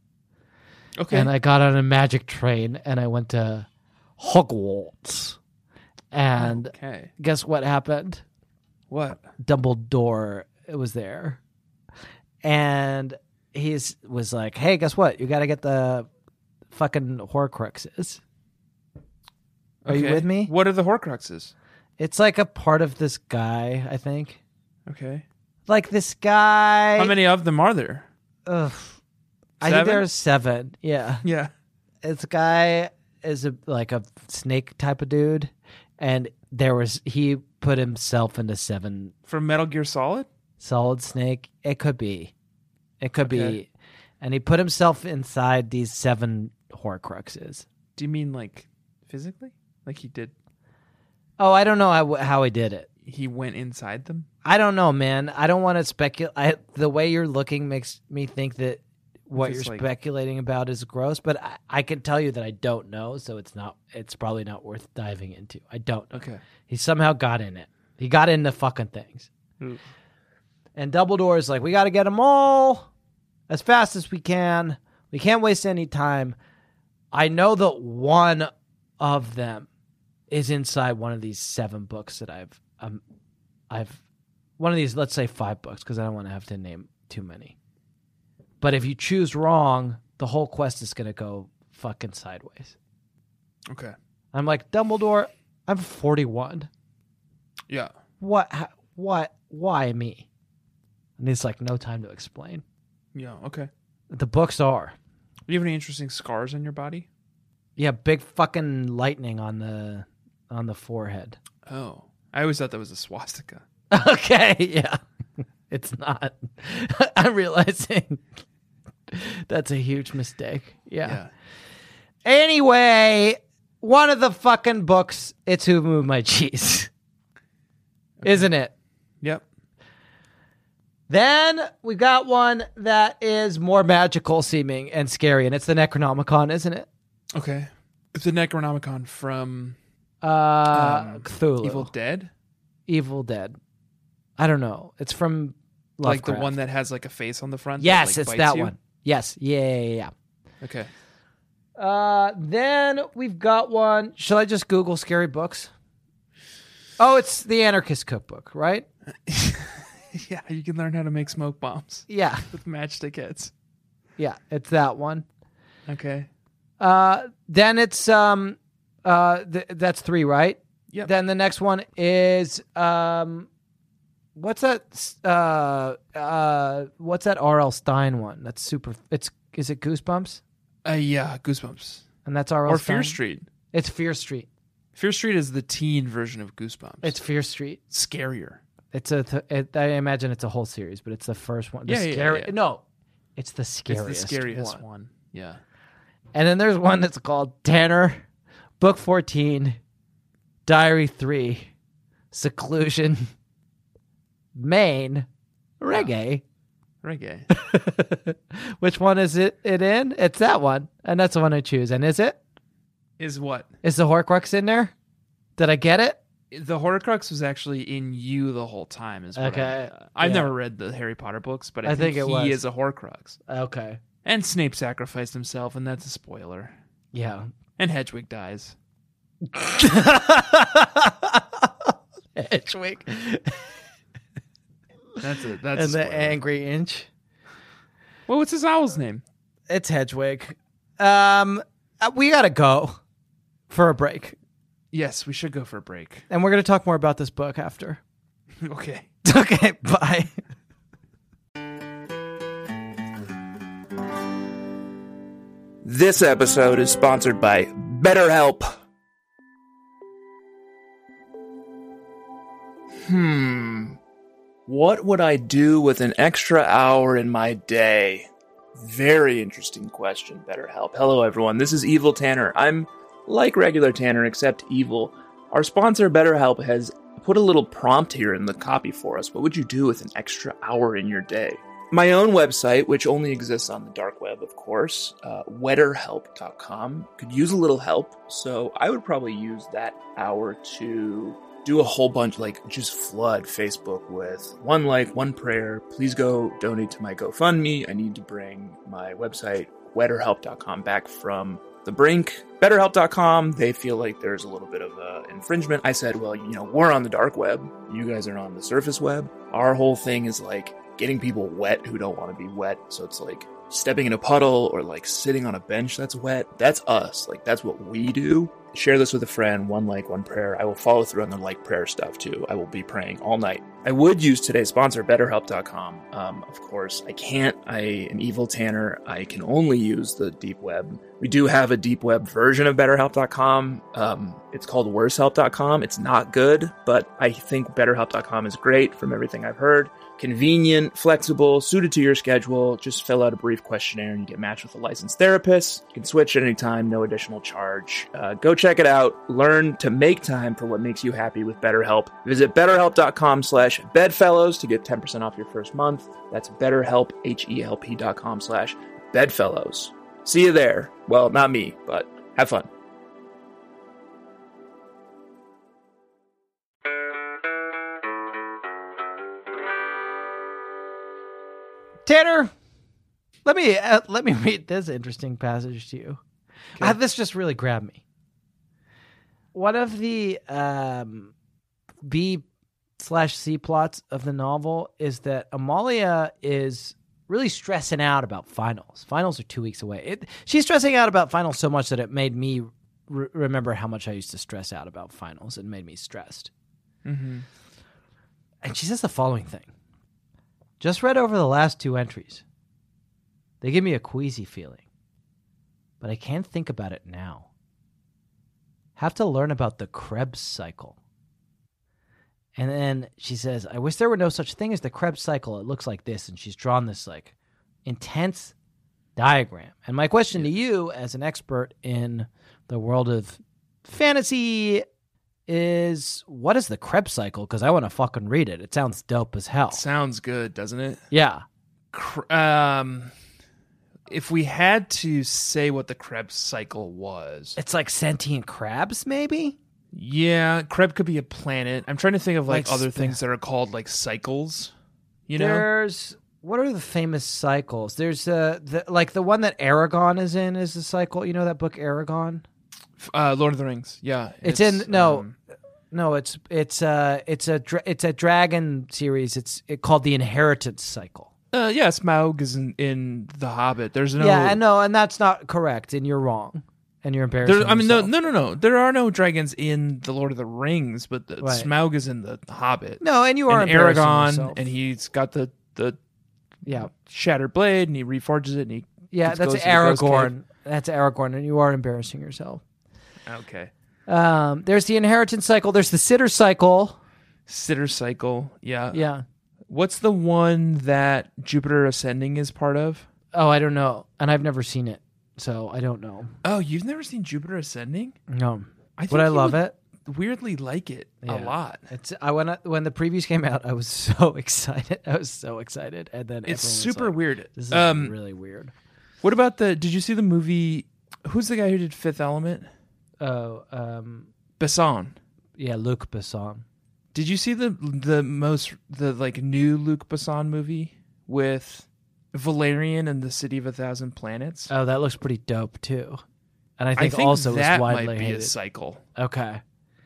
Okay. and I got on a magic train, and I went to Hogwarts, and okay. guess what happened? What? Dumbledore was there, and he was like, "Hey, guess what? You got to get the fucking Horcruxes." Are you Okay. with me? What are the Horcruxes? It's like a part of this guy, I think. Okay. Like this guy. How many of them are there? Ugh. I think Seven? there's seven. Yeah, Yeah. this guy is a like a snake type of dude, and there was he put himself into seven From Metal Gear Solid? Solid Snake. It could be. It could Okay. be. And he put himself inside these seven Horcruxes. Do you mean like physically? Like he did Oh, I don't know how, how he did it. he went inside them? I don't know, man. I don't want to speculate. The way you're looking makes me think that what you're Just like- speculating about is gross, but I, I can tell you that I don't know, so it's not. It's probably not worth diving into. I don't. know. Okay. He somehow got in it. He got into fucking things. And Dumbledore is like, we got to get them all as fast as we can. We can't waste any time. I know that one of them is inside one of these seven books that I've, um, I've, one of these, let's say five books, because I don't want to have to name too many. But if you choose wrong, the whole quest is going to go fucking sideways. Okay. I'm like, Dumbledore, I'm 41 Yeah. what ha- what why me and it's like no time to explain Yeah. Okay. the books are Do you have any interesting scars on your body? yeah big fucking lightning on the on the forehead Oh. I always thought that was a swastika. okay yeah it's not i'm realizing that's a huge mistake yeah. anyway one of the fucking books it's who moved my cheese isn't it Yep. Then we got one that is more magical seeming and scary, and it's the Necronomicon, isn't it? Okay. It's the Necronomicon from Uh, Um, Cthulhu, Evil Evil, Dead, Dead. I don't know. It's from like Lovecraft. the one that has like a face on the front. that, yes, like, it's bites that you? one. Yes, yeah, yeah, yeah. Okay. yeah. Uh, then we've got one. Shall I just Google scary books? Oh, it's the Anarchist Cookbook, right? Yeah, you can learn how to make smoke bombs Yeah, with matchstick heads. yeah. It's that one. Okay. Uh, then it's um, uh, th- that's three, right? Yep. Then the next one is um, What's that? s- Uh, uh, what's that R.L. Stein one? That's super. It's is it Goosebumps? Uh, yeah, Goosebumps And that's R.L. or Stein? Fear Street. It's Fear Street. Fear Street is the teen version of Goosebumps. It's Fear Street. scarier. It's a. Th- it, I imagine it's a whole series, but it's the first one. The Yeah, yeah, scary- yeah. No, it's the It's scariest. the scariest one. one. Yeah. And then there's one that's called Tanner, Book 14, Diary 3, Seclusion, Maine, Reggae. Reggae. Which one is it, it in? It's that one. And that's the one I choose. And is it? is what? Is the Horcrux in there? Did I get it? The Horcrux was actually in you the whole time. Is what I, Okay, I've yeah. never read the Harry Potter books, but I, I think, think it was. he is a Horcrux. Okay. And Snape sacrificed himself, and that's a spoiler. Yeah. And Hedwig dies. Hedwig. That's it. That's a And the spoiler. Angry Inch. Well, what's his owl's name? It's Hedwig. Um, uh, we got to go for a break. Yes, we should go for a break. And we're going to talk more about this book after. okay. Okay, bye. This episode is sponsored by BetterHelp. Hmm. What would I do with an extra hour in my day? Very interesting question, BetterHelp. Hello, everyone. This is Evil Tanner. I'm like regular Tanner, except evil. Our sponsor, BetterHelp, has put a little prompt here in the copy for us. What would you do with an extra hour in your day? my own website, which only exists on the dark web, of course, uh, wetterhelp.com, could use a little help. So I would probably use that hour to do a whole bunch, like just flood Facebook with one like, one prayer. Please go donate to my GoFundMe. I need to bring my website, wetterhelp.com, back from the brink. BetterHelp.com, they feel like there's a little bit of uh, infringement. I said, well, you know, we're on the dark web. You guys are on the surface web. Our whole thing is like getting people wet who don't want to be wet. So it's like stepping in a puddle or like sitting on a bench that's wet. That's us. Like, that's what we do. Share this with a friend, one like, one prayer. I will follow through on the like prayer stuff too. I will be praying all night. I would use today's sponsor, BetterHelp.com. Um, of course, I can't. I am evil Tanner. I can only use the deep web. We do have a deep web version of BetterHelp.com. Um, it's called WorseHelp.com. It's not good, but I think BetterHelp.com is great from everything I've heard. Convenient, flexible, suited to your schedule. Just fill out a brief questionnaire and you get matched with a licensed therapist. You can switch at any time, no additional charge. Uh, go check it out. Learn to make time for what makes you happy with BetterHelp. Visit betterhelp.com slash bedfellows to get 10% off your first month. That's betterhelp, H-E-L-P dot com slash bedfellows. See you there. Well, not me, but have fun. Tanner, let me uh, let me read this interesting passage to you. Uh, this just really grabbed me. One of the um, B slash C plots of the novel is that Amalia is really stressing out about finals. Finals are two weeks away. It, she's stressing out about finals so much that it made me re- remember how much I used to stress out about finals and made me stressed. And she says the following thing. Just read over the last two entries. They give me a queasy feeling, but I can't think about it now. Have to learn about the Krebs cycle. And then she says, I wish there were no such thing as the Krebs cycle. It looks like this. And she's drawn this like intense diagram. And my question to you, as an expert in the world of fantasy, is what is the Krebs cycle? Because I want to fucking read it. It sounds dope as "Oh." hell. Sounds good, doesn't it? Yeah. Cr- um, if we had to say what the Krebs cycle was, It's like sentient crabs, maybe? yeah, Krebs could be a planet. I'm trying to think of like, Like other sp- things that are called like cycles. You know, There's what are the famous cycles? There's uh the, like the one that Aragon is in is the cycle. You know that book Aragon? F- uh, Lord of the Rings. Yeah, It's, in no um, no, it's it's uh it's a dra- it's a dragon series. It's it called the Inheritance Cycle. uh, yeah, Smaug is in, in the Hobbit. There's no. Yeah, I know, and that's not correct, and you're wrong. and you're embarrassing. There, I mean, no, yourself. no, no, no. There are no dragons in the Lord of the Rings, but the, Right. Smaug is in the Hobbit. no, and you are and embarrassing Aragon, yourself. and he's got the the yeah, shattered blade, and he reforges it, and he yeah, It that's goes to the ghost Aragorn. That's Aragorn, and you are embarrassing yourself. okay Um, there's the inheritance cycle. There's the sitter cycle. sitter cycle. Yeah, Yeah. What's the one that Jupiter ascending is part of? Oh, I don't know, and I've never seen it, so I don't know. Oh, you've never seen Jupiter ascending? No, I think would I you love would it? Weirdly, like it a Yeah. lot. It's I when I, when the previews came out, I was so excited. I was so excited, and then It's everyone was super like, weird. This is um, really weird. what about the? Did you see the movie? Who's the guy who did Fifth Element? Oh, um, Besson. yeah, Luc Besson. Did you see the the most the like new Luke Besson movie with Valerian and the City of a Thousand Planets? Oh, that looks pretty dope too. And I think, also that is widely might be a hated. cycle. okay.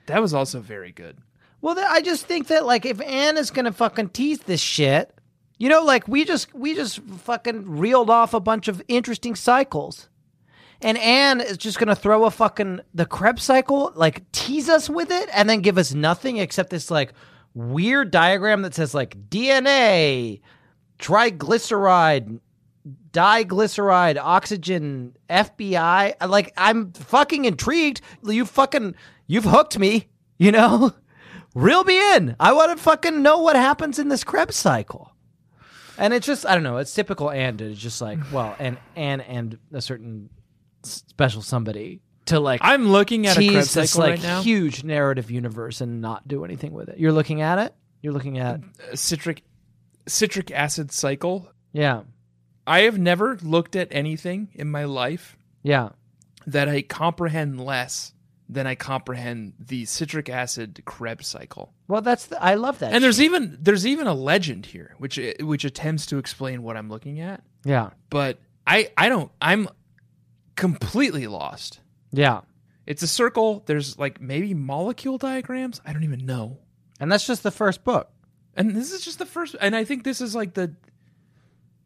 That was also very good. Well, th- I just think that like if Anna's gonna fucking tease this shit, you know, like we just we just fucking reeled off a bunch of interesting cycles, and Anne is just gonna throw a fucking the Krebs cycle, like tease us with it, and then give us nothing except this like weird diagram that says like DNA, triglyceride, diglyceride, oxygen, FBI. Like I'm fucking intrigued. You fucking you've hooked me. You know. Reel me in. I want to fucking know what happens in this Krebs cycle. And it's just I don't know. It's typical and it's just like well, and and and a certain s- special somebody to like I'm looking at a tease Krebs cycle this like right now. huge narrative universe and not do anything with it. You're looking at it. You're looking at citric citric acid cycle. yeah, I have never looked at anything in my life yeah. that I comprehend less than I comprehend the citric acid Krebs cycle. Well, that's the, I love that. And there's even there's even a legend here which which attempts to explain what I'm looking at. yeah, but I I don't I'm completely lost. yeah. It's a circle. There's like maybe molecule diagrams. I don't even know. And that's just the first book. And this is just the first. And I think this is like the.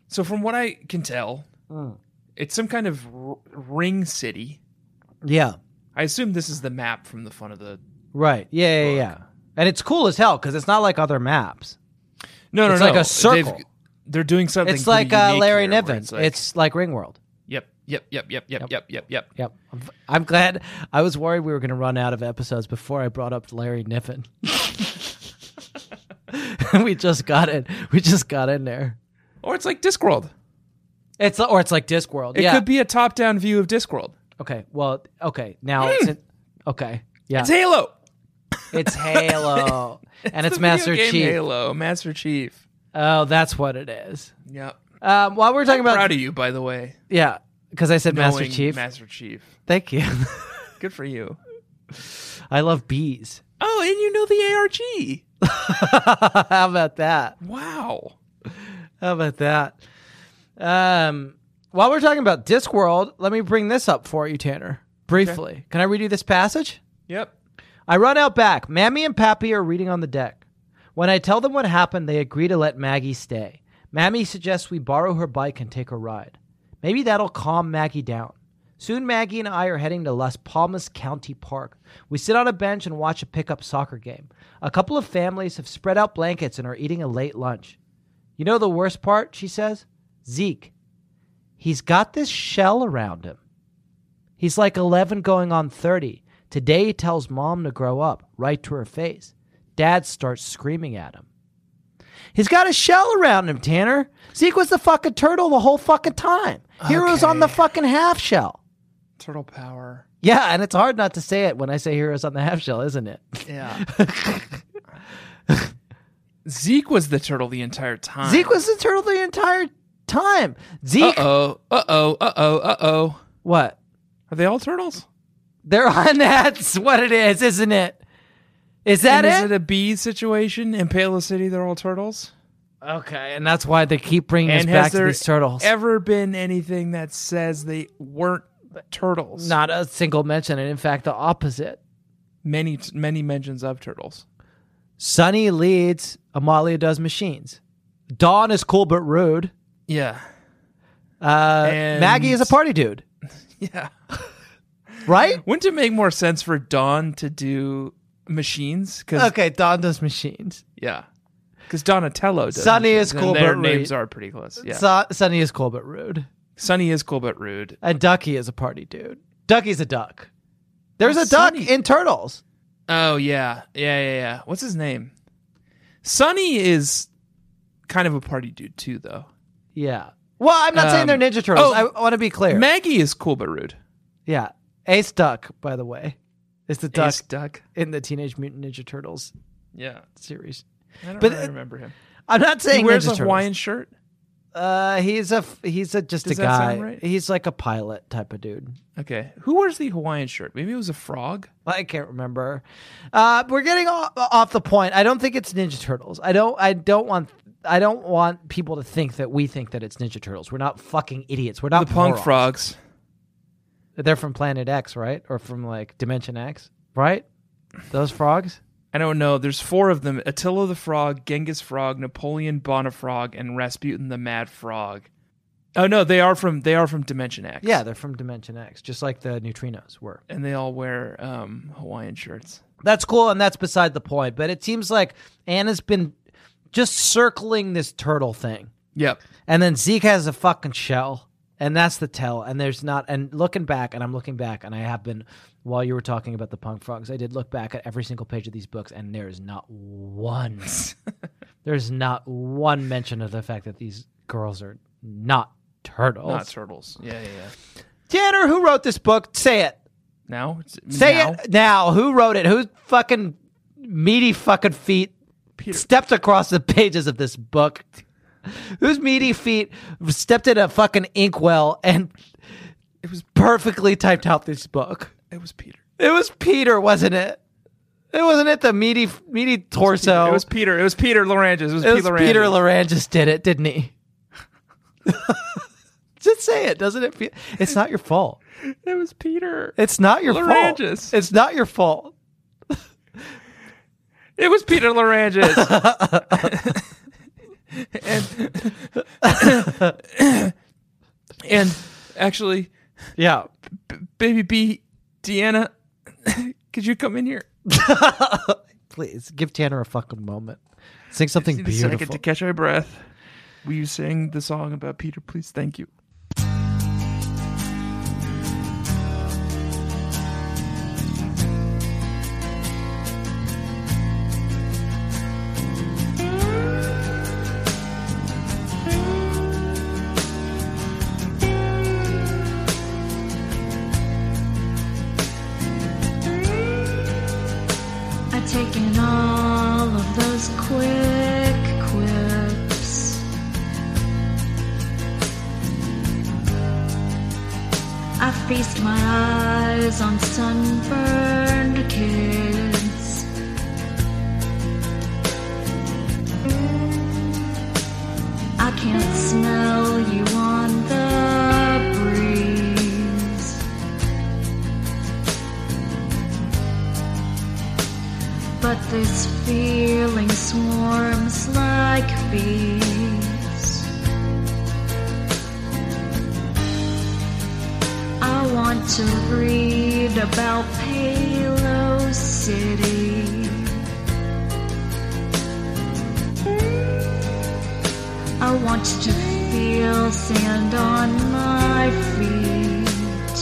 So from what I can tell, Hmm. it's some kind of r- ring city. Yeah. I assume this is the map from the fun of the. Right. Yeah, yeah, yeah. And it's cool as hell because it's not like other maps. No, no, It's no. like a They've- circle. They're doing something. It's like pretty uh, unique Larry here where Niven. It's, It's like, like, Ringworld. yep, yep, yep, yep, yep, yep, yep, yep. Yep. I'm, I'm glad. I was worried we were going to run out of episodes before I brought up Larry Niven. we just got it. We just got in there. Or it's like Discworld. It's or it's like Discworld. It yeah. Uh, could be a top-down view of Discworld. Okay. Well. Okay. Now. It's in, okay. Yeah. Hmm. It's Halo. It's Halo, and it's The video Master game Chief. Halo, Master Chief. Oh, that's what it is. Yep. Um, while we're talking about Proud of you, by the way. yeah, because I said Master knowing Chief. Master Chief. Thank you. Good for you. I love bees. Oh, and you know the ARG. How about that? Wow. How about that? Um, while we're talking about Discworld, let me bring this up for you, Tanner, briefly. Can I read you this passage? Yep. I run out back. Mammy and Pappy are reading on the deck. When I tell them what happened, they agree to let Maggie stay. Mammy suggests we borrow her bike and take a ride. Maybe that'll calm Maggie down. Soon, Maggie and I are heading to Las Palmas County Park. We sit on a bench and watch a pickup soccer game. A couple of families have spread out blankets and are eating a late lunch. You know the worst part, she says? Zeke. He's got this shell around him. He's like 11 going on 30. Today he tells mom to grow up, right to her face. Dad starts screaming at him. He's got a shell around him, Tanner. Zeke was the fucking turtle the whole fucking time. Heroes on the fucking half shell. Turtle power. Yeah, and it's hard not to say it when I say heroes on the half shell, isn't it? Yeah. Zeke was the turtle the entire time. Zeke was the turtle the entire time. Uh Zeke, oh. Uh oh. Uh oh. Uh oh. what? Are they all turtles? They're on that's what it is, isn't it? Is that And it? Is it a bee situation in Palo City? They're all turtles. Okay, and that's why they keep bringing us and has back to there these turtles. ever been anything that says they weren't turtles? Not a single mention, and in fact, the opposite. many t- many mentions of turtles. Sonny leads, Amalia does machines. Dawn is cool but rude. Yeah. Uh, And- Maggie is a party dude. Yeah. right? Wouldn't it make more sense for Dawn to do machines? Because Okay, Don does machines. yeah, because Donatello does. Sonny machines, is and cool, Their but names rude. are pretty close. Yeah, So, Sonny is cool but rude, Sonny is cool but rude. and Ducky is a party dude. Ducky's a duck. There's a duck Sonny- in Turtles. Oh yeah, yeah, yeah, yeah. What's his name? Sonny is kind of a party dude too, though. Yeah. Well, I'm not saying they're Um, Ninja Turtles. oh, I want to be clear. Maggie is cool but rude. yeah. Ace Duck, by the way, is the duck Ace Duck. in the Teenage Mutant Ninja Turtles Yeah, series. I don't But- really remember him. I'm not saying He wears Ninja a Turtles. Hawaiian shirt. Uh, he's a f- he's a just Does a that guy. sound right? He's like a pilot type of dude. Okay, who wears the Hawaiian shirt? Maybe it was a frog. I can't remember. Uh, we're getting off, off the point. I don't think it's Ninja Turtles. I don't. I don't want. I don't want people to think that we think that it's Ninja Turtles. We're not fucking idiots. We're the not punk morons. frogs. They're from Planet X, right? Or from like Dimension X, right? Those frogs. I don't know. There's four of them: Attila the Frog, Genghis Frog, Napoleon Bonafrog, and Rasputin the Mad Frog. Oh no, they are from they are from Dimension X. Yeah, they're from Dimension X, just like the neutrinos were. and they all wear um, Hawaiian shirts. That's cool, and that's beside the point. But it seems like Anna's been just circling this turtle thing. Yep. And then Zeke has a fucking shell. And that's the tell. And there's not. And looking back, and I'm looking back, and I have been, while you were talking about the punk frogs, I did look back at every single page of these books, and there is not one. there's not one mention of the fact that these girls are not turtles. Not turtles. Yeah, yeah. yeah. Tanner, who wrote this book? Say it. Now It's- Say now? it now. Who wrote it? Whose fucking meaty fucking feet stepped across the pages of this book? Whose meaty feet stepped in a fucking inkwell and it was perfectly typed out this book? It was Peter. It was Peter, wasn't it? It wasn't it the meaty meaty torso. It was Peter. It was Peter Loranges. It was, It was Peter Loranges. Peter Larangis did it, didn't he? Just say it, doesn't it feel it's not your fault. it was Peter. It's not your Larangis. fault. It's not your fault. It was Peter Loranges. and, and actually, Yeah. baby B, Deanna, could you come in here? Please give Tanner a fucking moment. Sing something Just a second beautiful. to catch my breath. Will you sing the song about Peter, please? Thank you. I've taken all of those quick quips. I feast my eyes on sunburned kids. I can't smell you on the breeze. But this feeling swarms like bees. I want to read about Palo City. I want to feel sand on my feet.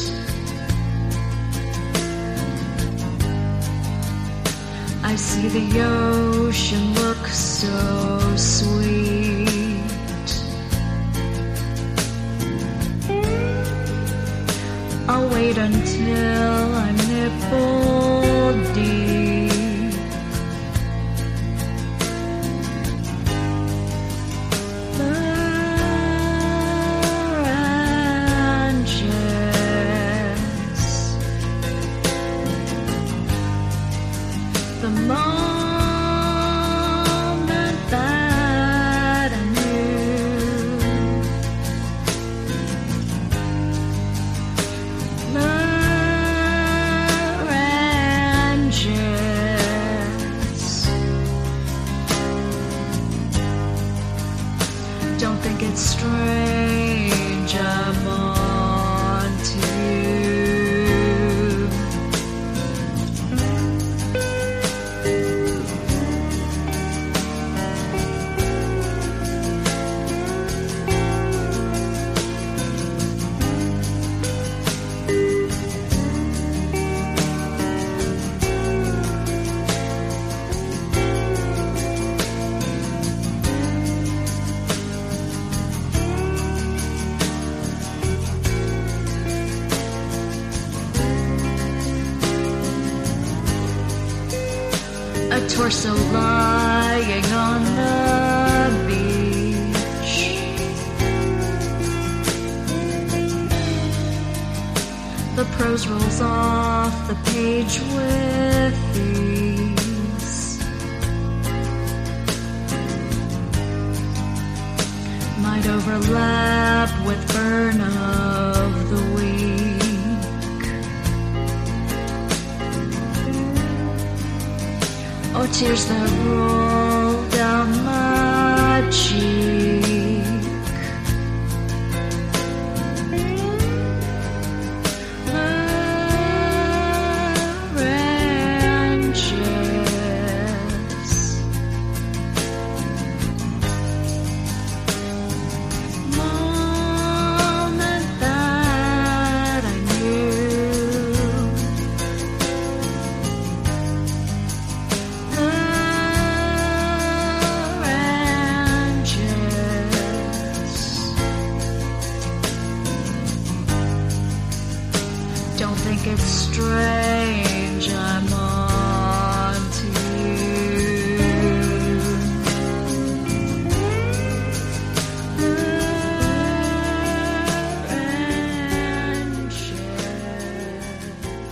I see the ocean look so sweet. I'll wait until I'm nipple deep. Larynges. The moment that I knew Larynges Don't think it's strange I'm on to you or so lying on the beach. The prose rolls off the page with ease. Might overlap with burn of the week. or Oh, tears that roll down my cheek. Oranges. Moment that I knew Don't think it's strange I'm on to you.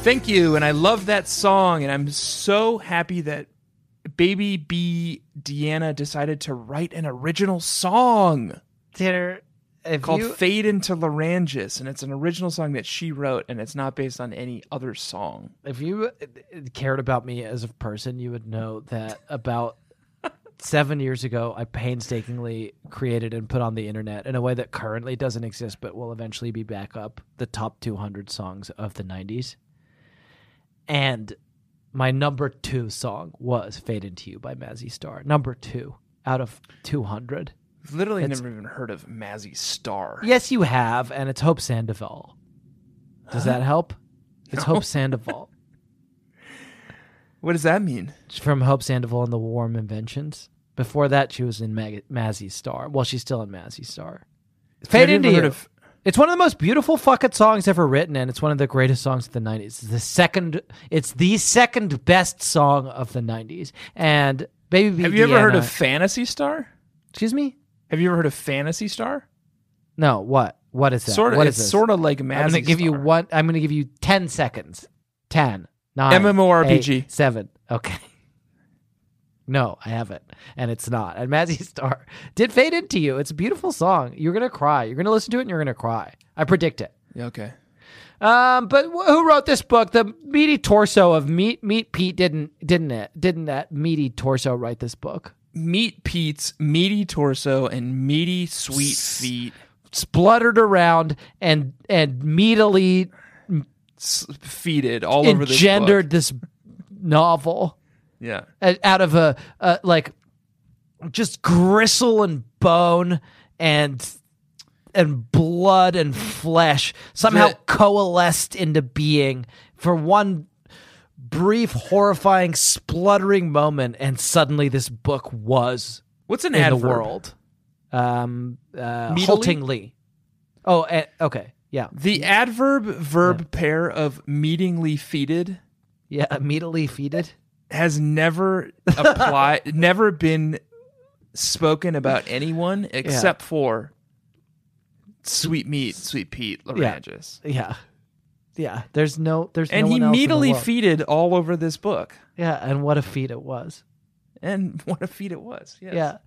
Thank you, and I love that song, and I'm so happy that Baby B Deanna decided to write an original song Tanner, if called you, "Fade into Larynges," and it's an original song that she wrote, and it's not based on any other song. if you uh, cared about me as a person, you would know that about seven years ago, I painstakingly created and put on the internet in a way that currently doesn't exist, but will eventually be back up the top 200 songs of the 90s. And my number two song was Fade Into You by Mazzy Star. Number two out of 200. I've Literally, It's- never even heard of Mazzy Star. Yes, you have, and it's Hope Sandoval. Does that help? It's Hope Sandoval. What does that mean? She's from Hope Sandoval and the Warm Inventions. Before that, she was in Mag- Mazzy Star. Well, she's still in Mazzy Star. Fade I've never into heard you. of- It's one of the most beautiful fucking songs ever written, and it's one of the greatest songs of the '90s. It's the second, it's the second best song of the '90s. And baby, B Have you ever heard Deanna- of Fantasy Star? Excuse me? Have you ever heard of Fantasy Star? No. What? What is that? Sort of. What It's is this? sort of like Mazzy. I'm gonna give you Star. one. I'm gonna give you ten seconds. Ten. Nine. MMORPG. eight, seven. Okay. No, I haven't, and it's not. And Mazzy Star did fade into you. It's a beautiful song. You're gonna cry. You're gonna listen to it, and you're gonna cry. I predict it. Yeah, Okay. Um, but wh- who wrote this book? The meaty torso of Meat Meat Pete didn't didn't it didn't that meaty torso write this book? Meat Pete's meaty torso and meaty sweet feet. Spluttered around and and meatily s- feeded all over this book. engendered this novel. Yeah. uh, out of a, a like just gristle and bone and and blood and flesh somehow The- coalesced into being for one brief horrifying spluttering moment and suddenly this book was What's an in adverb? the world um uh, Meatily? haltingly oh and, okay yeah The adverb verb pair of meetingly feeded yeah immediately feeded has never applied, never been spoken about anyone except for Sweet Meat, Sweet Pete Larangis. yeah yeah there's no there's And no he one else in the meatily world. feeded all over this book. yeah and what a feat it was And what a feat it was. Yes. Yeah.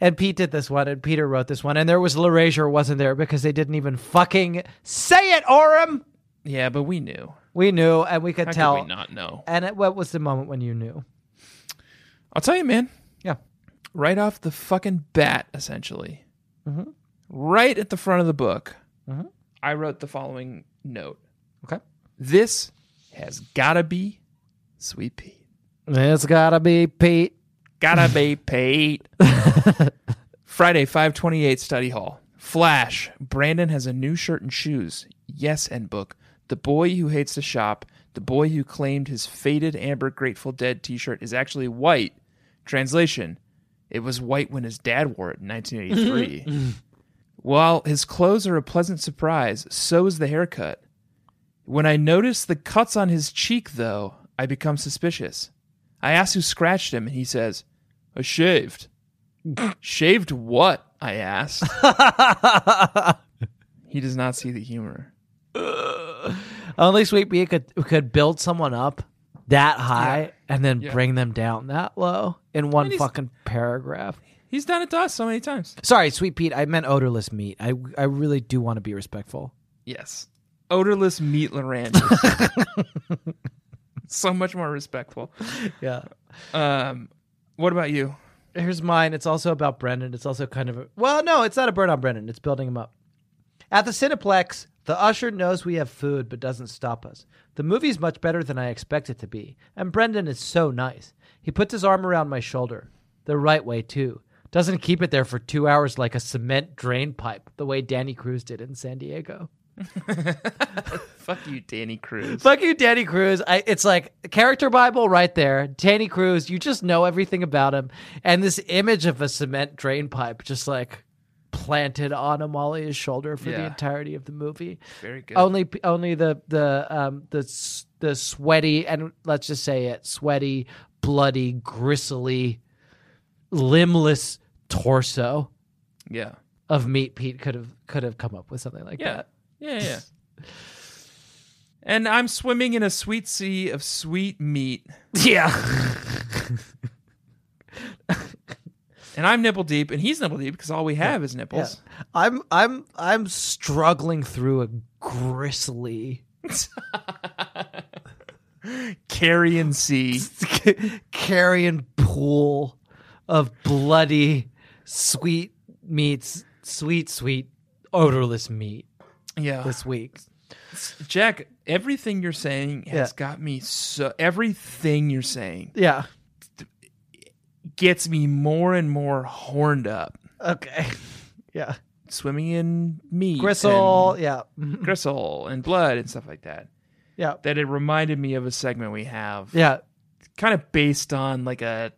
And Pete did this one, and Peter wrote this one, and there was Lerasure wasn't there because they didn't even fucking say it, Orem. Yeah, but we knew. We knew, and we could How tell. could we not know? And it, what was the moment when you knew? I'll tell you, man. Yeah. right off the fucking bat, essentially, Mm-hmm. right at the front of the book, I wrote the following note. Okay. This has gotta be Sweet Pete. It's gotta be Pete. Gotta be Pete. Friday, 528 Study Hall. Flash. Brandon has a new shirt and shoes. Yes, and book. The boy who hates to shop. The boy who claimed his faded amber Grateful Dead t shirt is actually white. Translation It was white when his dad wore it in 1983. While his clothes are a pleasant surprise, so is the haircut. When I notice the cuts on his cheek, though, I become suspicious. I asked who scratched him, and he says, I shaved. shaved what? I asked. he does not see the humor. Only Sweet Bea could could build someone up that high and then Yeah. bring them down that low in one fucking paragraph. He's done it to us so many times. Sorry, Sweet Pete, I meant odorless meat. I I really do want to be respectful. Yes. Odorless meat Lorandis. so much more respectful. Yeah. Um, what about you? Here's mine. It's also about Brendan. It's also kind of a, well, no, it's not a burn on Brendan. It's building him up. At the Cineplex, the usher knows we have food but doesn't stop us. The movie's much better than I expect it to be, and Brendan is so nice. He puts his arm around my shoulder, the right way too. Doesn't keep it there for two hours like a cement drain pipe, the way Danny Cruz did in San Diego. Fuck you, Danny Cruz. Fuck you, Danny Cruz. I, it's like character Bible right there. Danny Cruz, you just know everything about him. And this image of a cement drain pipe just like planted on Amalia's shoulder for the Yeah. entirety of the movie. Very good. Only, p- only the the um the s- the sweaty and let's just say it sweaty, bloody, gristly, limbless torso yeah. of Meat Pete could have could have come up with something like Yeah. that. Yeah, yeah. and I'm swimming in a sweet sea of sweet meat, Yeah, and I'm nipple deep, and he's nipple deep because all we have is nipples. I'm I'm I'm struggling through a gristly. Carrion sea. carrion pool of bloody sweet meats, sweet, sweet, odorless meat Yeah. this week. Jack, everything you're saying has Yeah. got me so. Everything you're saying Yeah. gets me more and more horned up. Okay. Yeah. Swimming in meat, Gristle. Yeah. and gristle, and blood and stuff like that. Yeah. That it reminded me of a segment we have. Yeah. kind of based on like a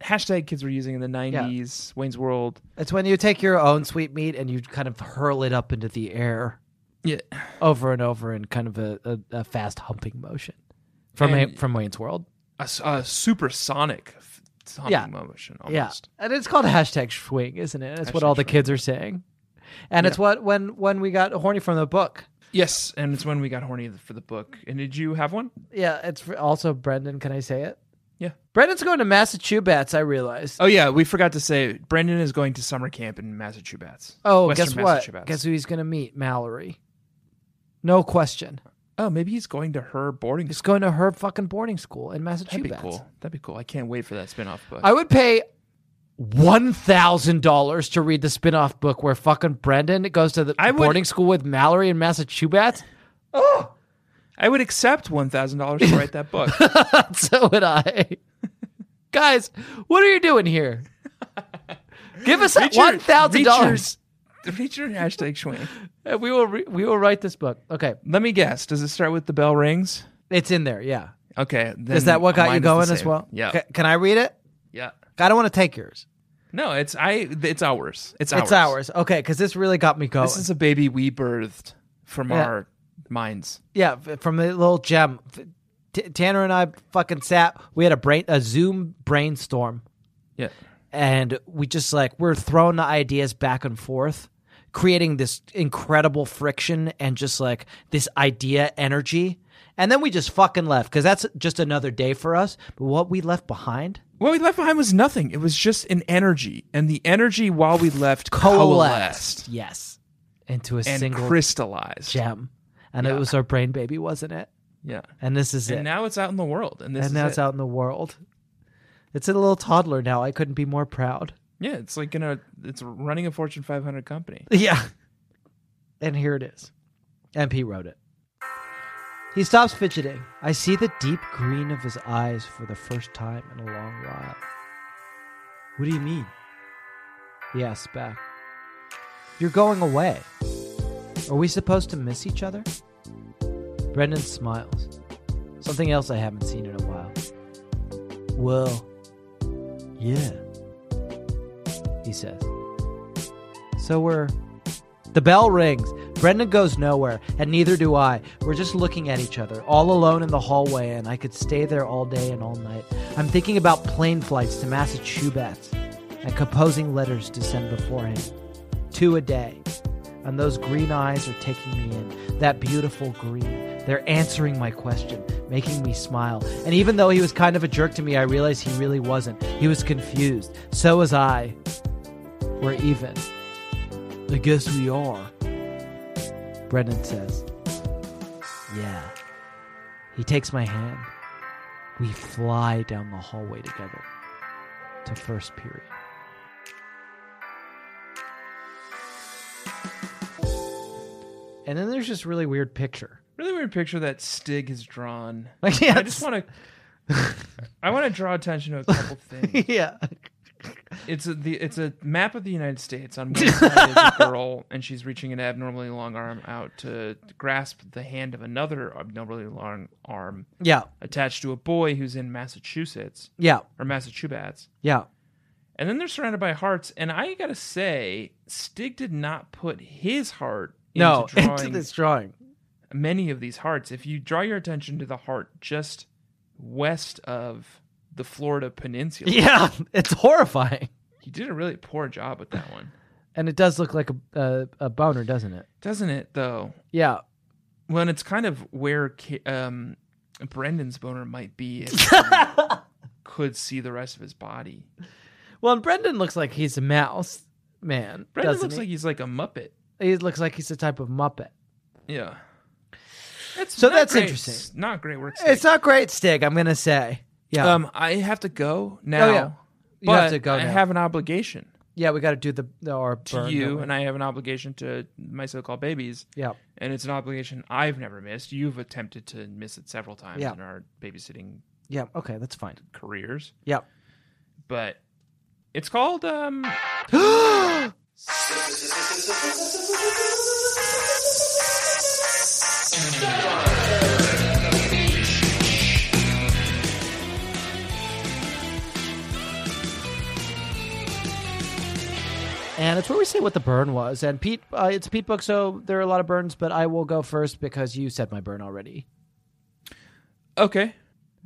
hashtag kids were using in the 90s wayne's world It's when you take your own sweet meat and you kind of hurl it up into the air yeah over and over in kind of a, a, a fast humping motion from a, And- from Wayne's World. a, s- a supersonic f- sonic Yeah. motion Yeah, almost and it's called hashtag swing, isn't it? That's what Hashtag all the swing. kids are saying, and it's what when when we got horny from the book. yes and it's when we got horny for the book and did you have one Yeah, it's for, also Brendan. Can I say it? Yeah. Brendan's going to Massachusetts. I realized. oh yeah we forgot to say brendan is going to summer camp in massachusetts Oh, Western guess what? Massachusetts. Guess who he's going to meet? Mallory. No question. oh maybe he's going to her boarding He's school going to her fucking boarding school in that'd Massachusetts. be cool that'd be cool i can't wait for that spin-off book I would pay one thousand dollars to read the spin-off book where fucking Brendan goes to the I would- Oh, boarding school with Mallory in Massachusetts. i would accept $1000 to write that book so would I. Guys, what are you doing here? Give us that Reach your- one thousand dollars, reach your hashtag swing and we will re- we will write this book. Okay, let me guess does it start with the bell rings it's in there. Yeah, Okay. Then is that what got mine you is the going as same. well? Yeah. Ca- can I read it? Yeah. I don't want to take yours. No, it's I. It's ours. It's ours. It's ours. Okay, because this really got me going. This is a baby we birthed from Yeah. our minds. yeah, f- from the little gem. F- T- Tanner and I fucking sat. We had a brain a Zoom brainstorm. Yeah. and we just like we're throwing the ideas back and forth creating this incredible friction and just like this idea energy and then we just fucking left because that's just another day for us but what we left behind What we left behind was nothing. It was just an energy, and the energy while we left coalesced, yes into a and single crystallized. gem and it was our brain baby wasn't it Yeah. and this is And it now it's out in the world, and this and is now it. it's out in the world it's a little toddler now i couldn't be more proud Yeah, it's like gonna. It's running a Fortune 500 company. Yeah. And here it is. MP wrote it. He stops fidgeting. I see the deep green of his eyes for the first time in a long while. What do you mean? He asks back. You're going away. Are we supposed to miss each other? Brendan smiles. Something else I haven't seen in a while. Well, yeah, he says. So we're. The bell rings. Brendan goes nowhere, and neither do I. We're just looking at each other, all alone in the hallway, and I could stay there all day and all night. I'm thinking about plane flights to Massachusetts and composing letters to send beforehand. Two a day. And those green eyes are taking me in. That beautiful green. They're answering my question, making me smile. And even though he was kind of a jerk to me, I realized he really wasn't. He was confused. So was I. We're even. I guess we are. Brendan says, Yeah. He takes my hand. We fly down the hallway together to first period. And then there's this really weird picture. Really weird picture that Stig has drawn. Like, yeah, I just want to. I want to draw attention to a couple things. yeah. It's a the it's a map of the United States. On one side is a girl, and she's reaching an abnormally long arm out to grasp the hand of another abnormally long arm Yeah. attached to a boy who's in Massachusetts Yeah. or Massachusetts. Yeah. And then they're surrounded by hearts. And I gotta say, Stig did not put his heart into No, drawing into this drawing. many of these hearts. If you draw your attention to the heart just west of the Florida Peninsula, Yeah, it's horrifying. you did a really poor job with that one, And it does look like a, a, a boner, doesn't it? doesn't it? Though, Yeah. well, and it's kind of where Ki- um, Brendan's boner might be. If you could see the rest of his body. Well, and Brendan looks like he's a mouse man. Brendan doesn't looks he? like he's like a muppet. he looks like he's a type of Muppet. Yeah. That's So not that's great. interesting. It's Not great work. Stig. It's not great, Stig. I'm gonna say. Yeah. Um, I have to go now. Oh, yeah. you But have to go I now. have an obligation yeah, we got to do the, the our to burn, don't you, we? and I have an obligation to my so-called babies. yeah. and it's an obligation I've never missed. You've attempted to miss it several times Yeah. in our babysitting Yeah. Okay, that's fine. careers, Yeah. but it's called um And it's where we say what the burn was. And Pete, uh, it's a Pete book, so there are a lot of burns. But I will go first because you said my burn already. okay.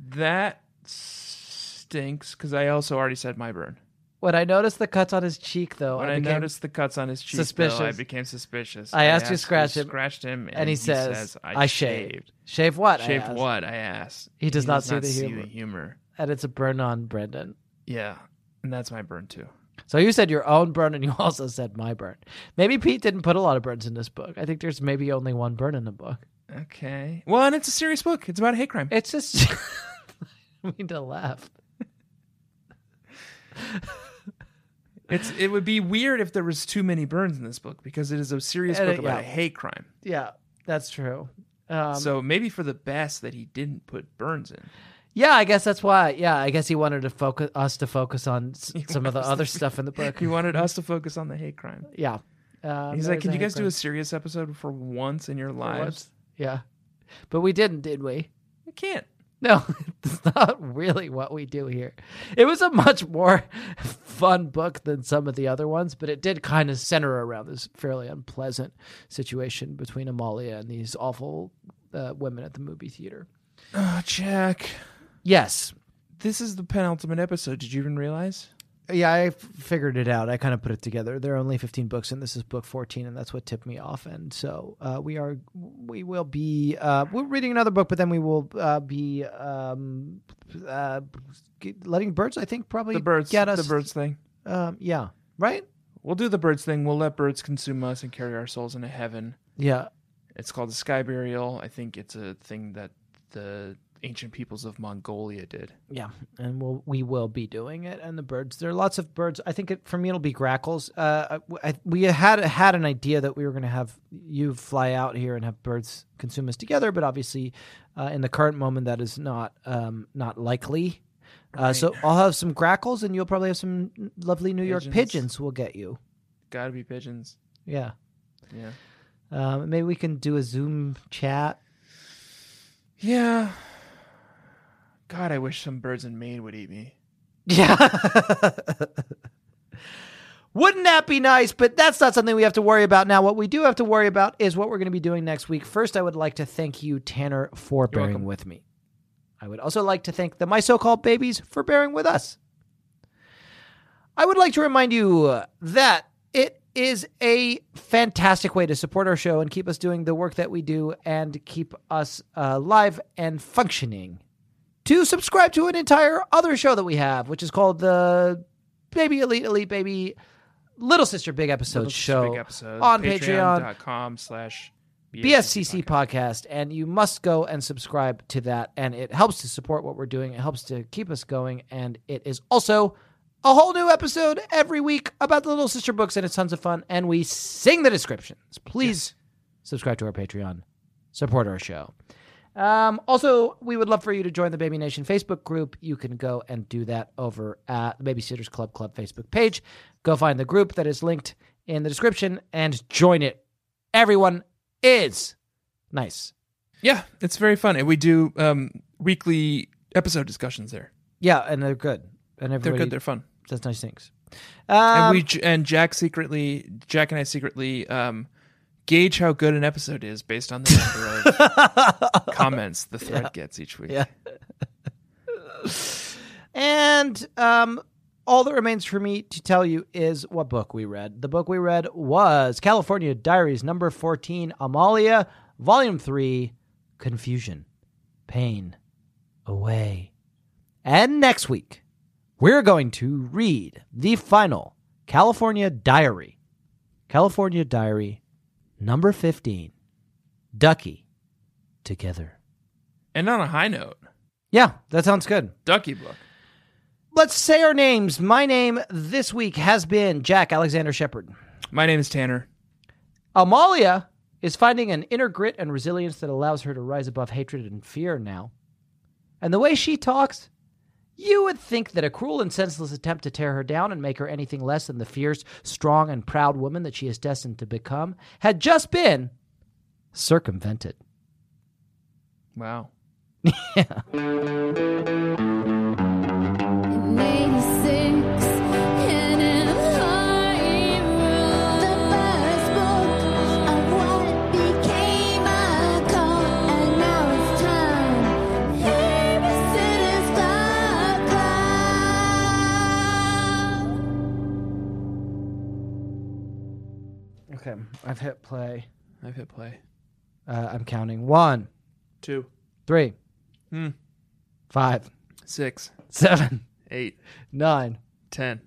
That stinks because I also already said my burn. When I noticed the cuts on his cheek, though, When I, I, became, noticed the cuts on his cheek, though, I suspicious. became suspicious. I asked you to who scratch him, scratched him, and, and he, says, "I shaved. Shave what? I Shaved asked. what? I asked. He does not see the humor. humor. And it's a burn on Brendan. Yeah, and that's my burn too. So you said your own burn, and you also said my burn. Maybe Pete didn't put a lot of burns in this book. I think there's maybe only one burn in the book. Okay. Well, and it's a serious book. It's about a hate crime. It's just I mean to laugh. It's it would be weird if there was too many burns in this book because it is a serious And book it- about a yeah. hate crime. Yeah, that's true. Um, so maybe for the best that he didn't put burns in. yeah, I guess that's why. Yeah, I guess he wanted to focus us to focus on s- some of the other stuff in the book. He wanted us to focus on the hate crime. Yeah. Um, He's there like, was can you guys do a hate serious episode for once in your crime lives? once." Yeah, but we didn't, did we? You can't. No, it's not really what we do here. It was a much more fun book than some of the other ones, but it did kind of center around this fairly unpleasant situation between Amalia and these awful uh, women at the movie theater. Oh, Jack, Yes. this is the penultimate episode. Did you even realize? Yeah, I f- figured it out. I kind of put it together. There are only 15 books, and this is book 14, and that's what tipped me off. And so uh, we are, we will be, uh, we're reading another book, but then we will uh, be um, uh, g- letting birds, I think, probably The birds. get us The birds thing. Um, yeah. Right? We'll do the birds thing. We'll let birds consume us and carry our souls into heaven. Yeah. It's called the sky burial. I think it's a thing that the ancient peoples of Mongolia did. Yeah. And we'll, we will be doing it. And the birds, there are lots of birds. I think it, for me, it'll be grackles. Uh, I, I- we had had an idea that we were going to have you fly out here and have birds consume us together. But obviously, uh, in the current moment, that is not, um, not likely. Uh, so I'll have some grackles and you'll probably have some lovely New York Pigeons. pigeons we'll get you. Gotta be pigeons. Yeah. Yeah. Um, maybe we can do a Zoom chat. Yeah. God, I wish some birds in Maine would eat me. Yeah. Wouldn't that be nice? But that's not something we have to worry about now. What we do have to worry about is what we're going to be doing next week. First, I would like to thank you, Tanner, for bearing with me. I would also like to thank the My So Called Babies for bearing with us. I would like to remind you uh, that it is a fantastic way to support our show and keep us doing the work that we do and keep us uh, live and functioning. To subscribe to an entire other show that we have, which is called the Baby Elite Elite Baby Little Sister Big Episode Show Big episode. on Patreon Patreon.com slash BSCC podcast. and you must go and subscribe to that. And it helps to support what we're doing. It helps to keep us going, and it is also a whole new episode every week about the Little Sister books, and it's tons of fun. And we sing the descriptions. Please subscribe to our Patreon, support our show. Um, also, we would love for you to join the Baby Nation Facebook group. You can go and do that over at the Babysitters Club Club Facebook page. Go find the group that is linked in the description and join it. Everyone is nice. Yeah, it's very fun. And we do um, weekly episode discussions there. Yeah, and they're good. And They're everybody good. They're fun. says nice things. and Um, we j- and Jack secretly, Jack and I secretly um, gauge how good an episode is based on the number Um, of comments the thread gets each week. Yeah. and um, all that remains for me to tell you is what book we read. The book we read was California Diaries, number 14, Amalia, volume 3, Confusion, Pain, Away. And next week, we're going to read the final California Diary, California Diary, number 15, Ducky, Together. And on a high note, Yeah, that sounds good. Ducky Book. Let's say our names. My name this week has been Jack Alexander Shepard. My name is Tanner. Amalia is finding an inner grit and resilience that allows her to rise above hatred and fear now. And the way she talks, you would think that a cruel and senseless attempt to tear her down and make her anything less than the fierce, strong, and proud woman that she is destined to become had just been circumvented. Wow. Okay, I've hit play. I've hit play. Uh, I'm counting one, Two, three, Hmm. five, six, seven, eight, nine. ten.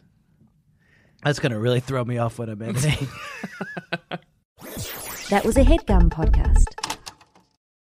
That's going to really throw me off when I'm editing. That was a headgum podcast.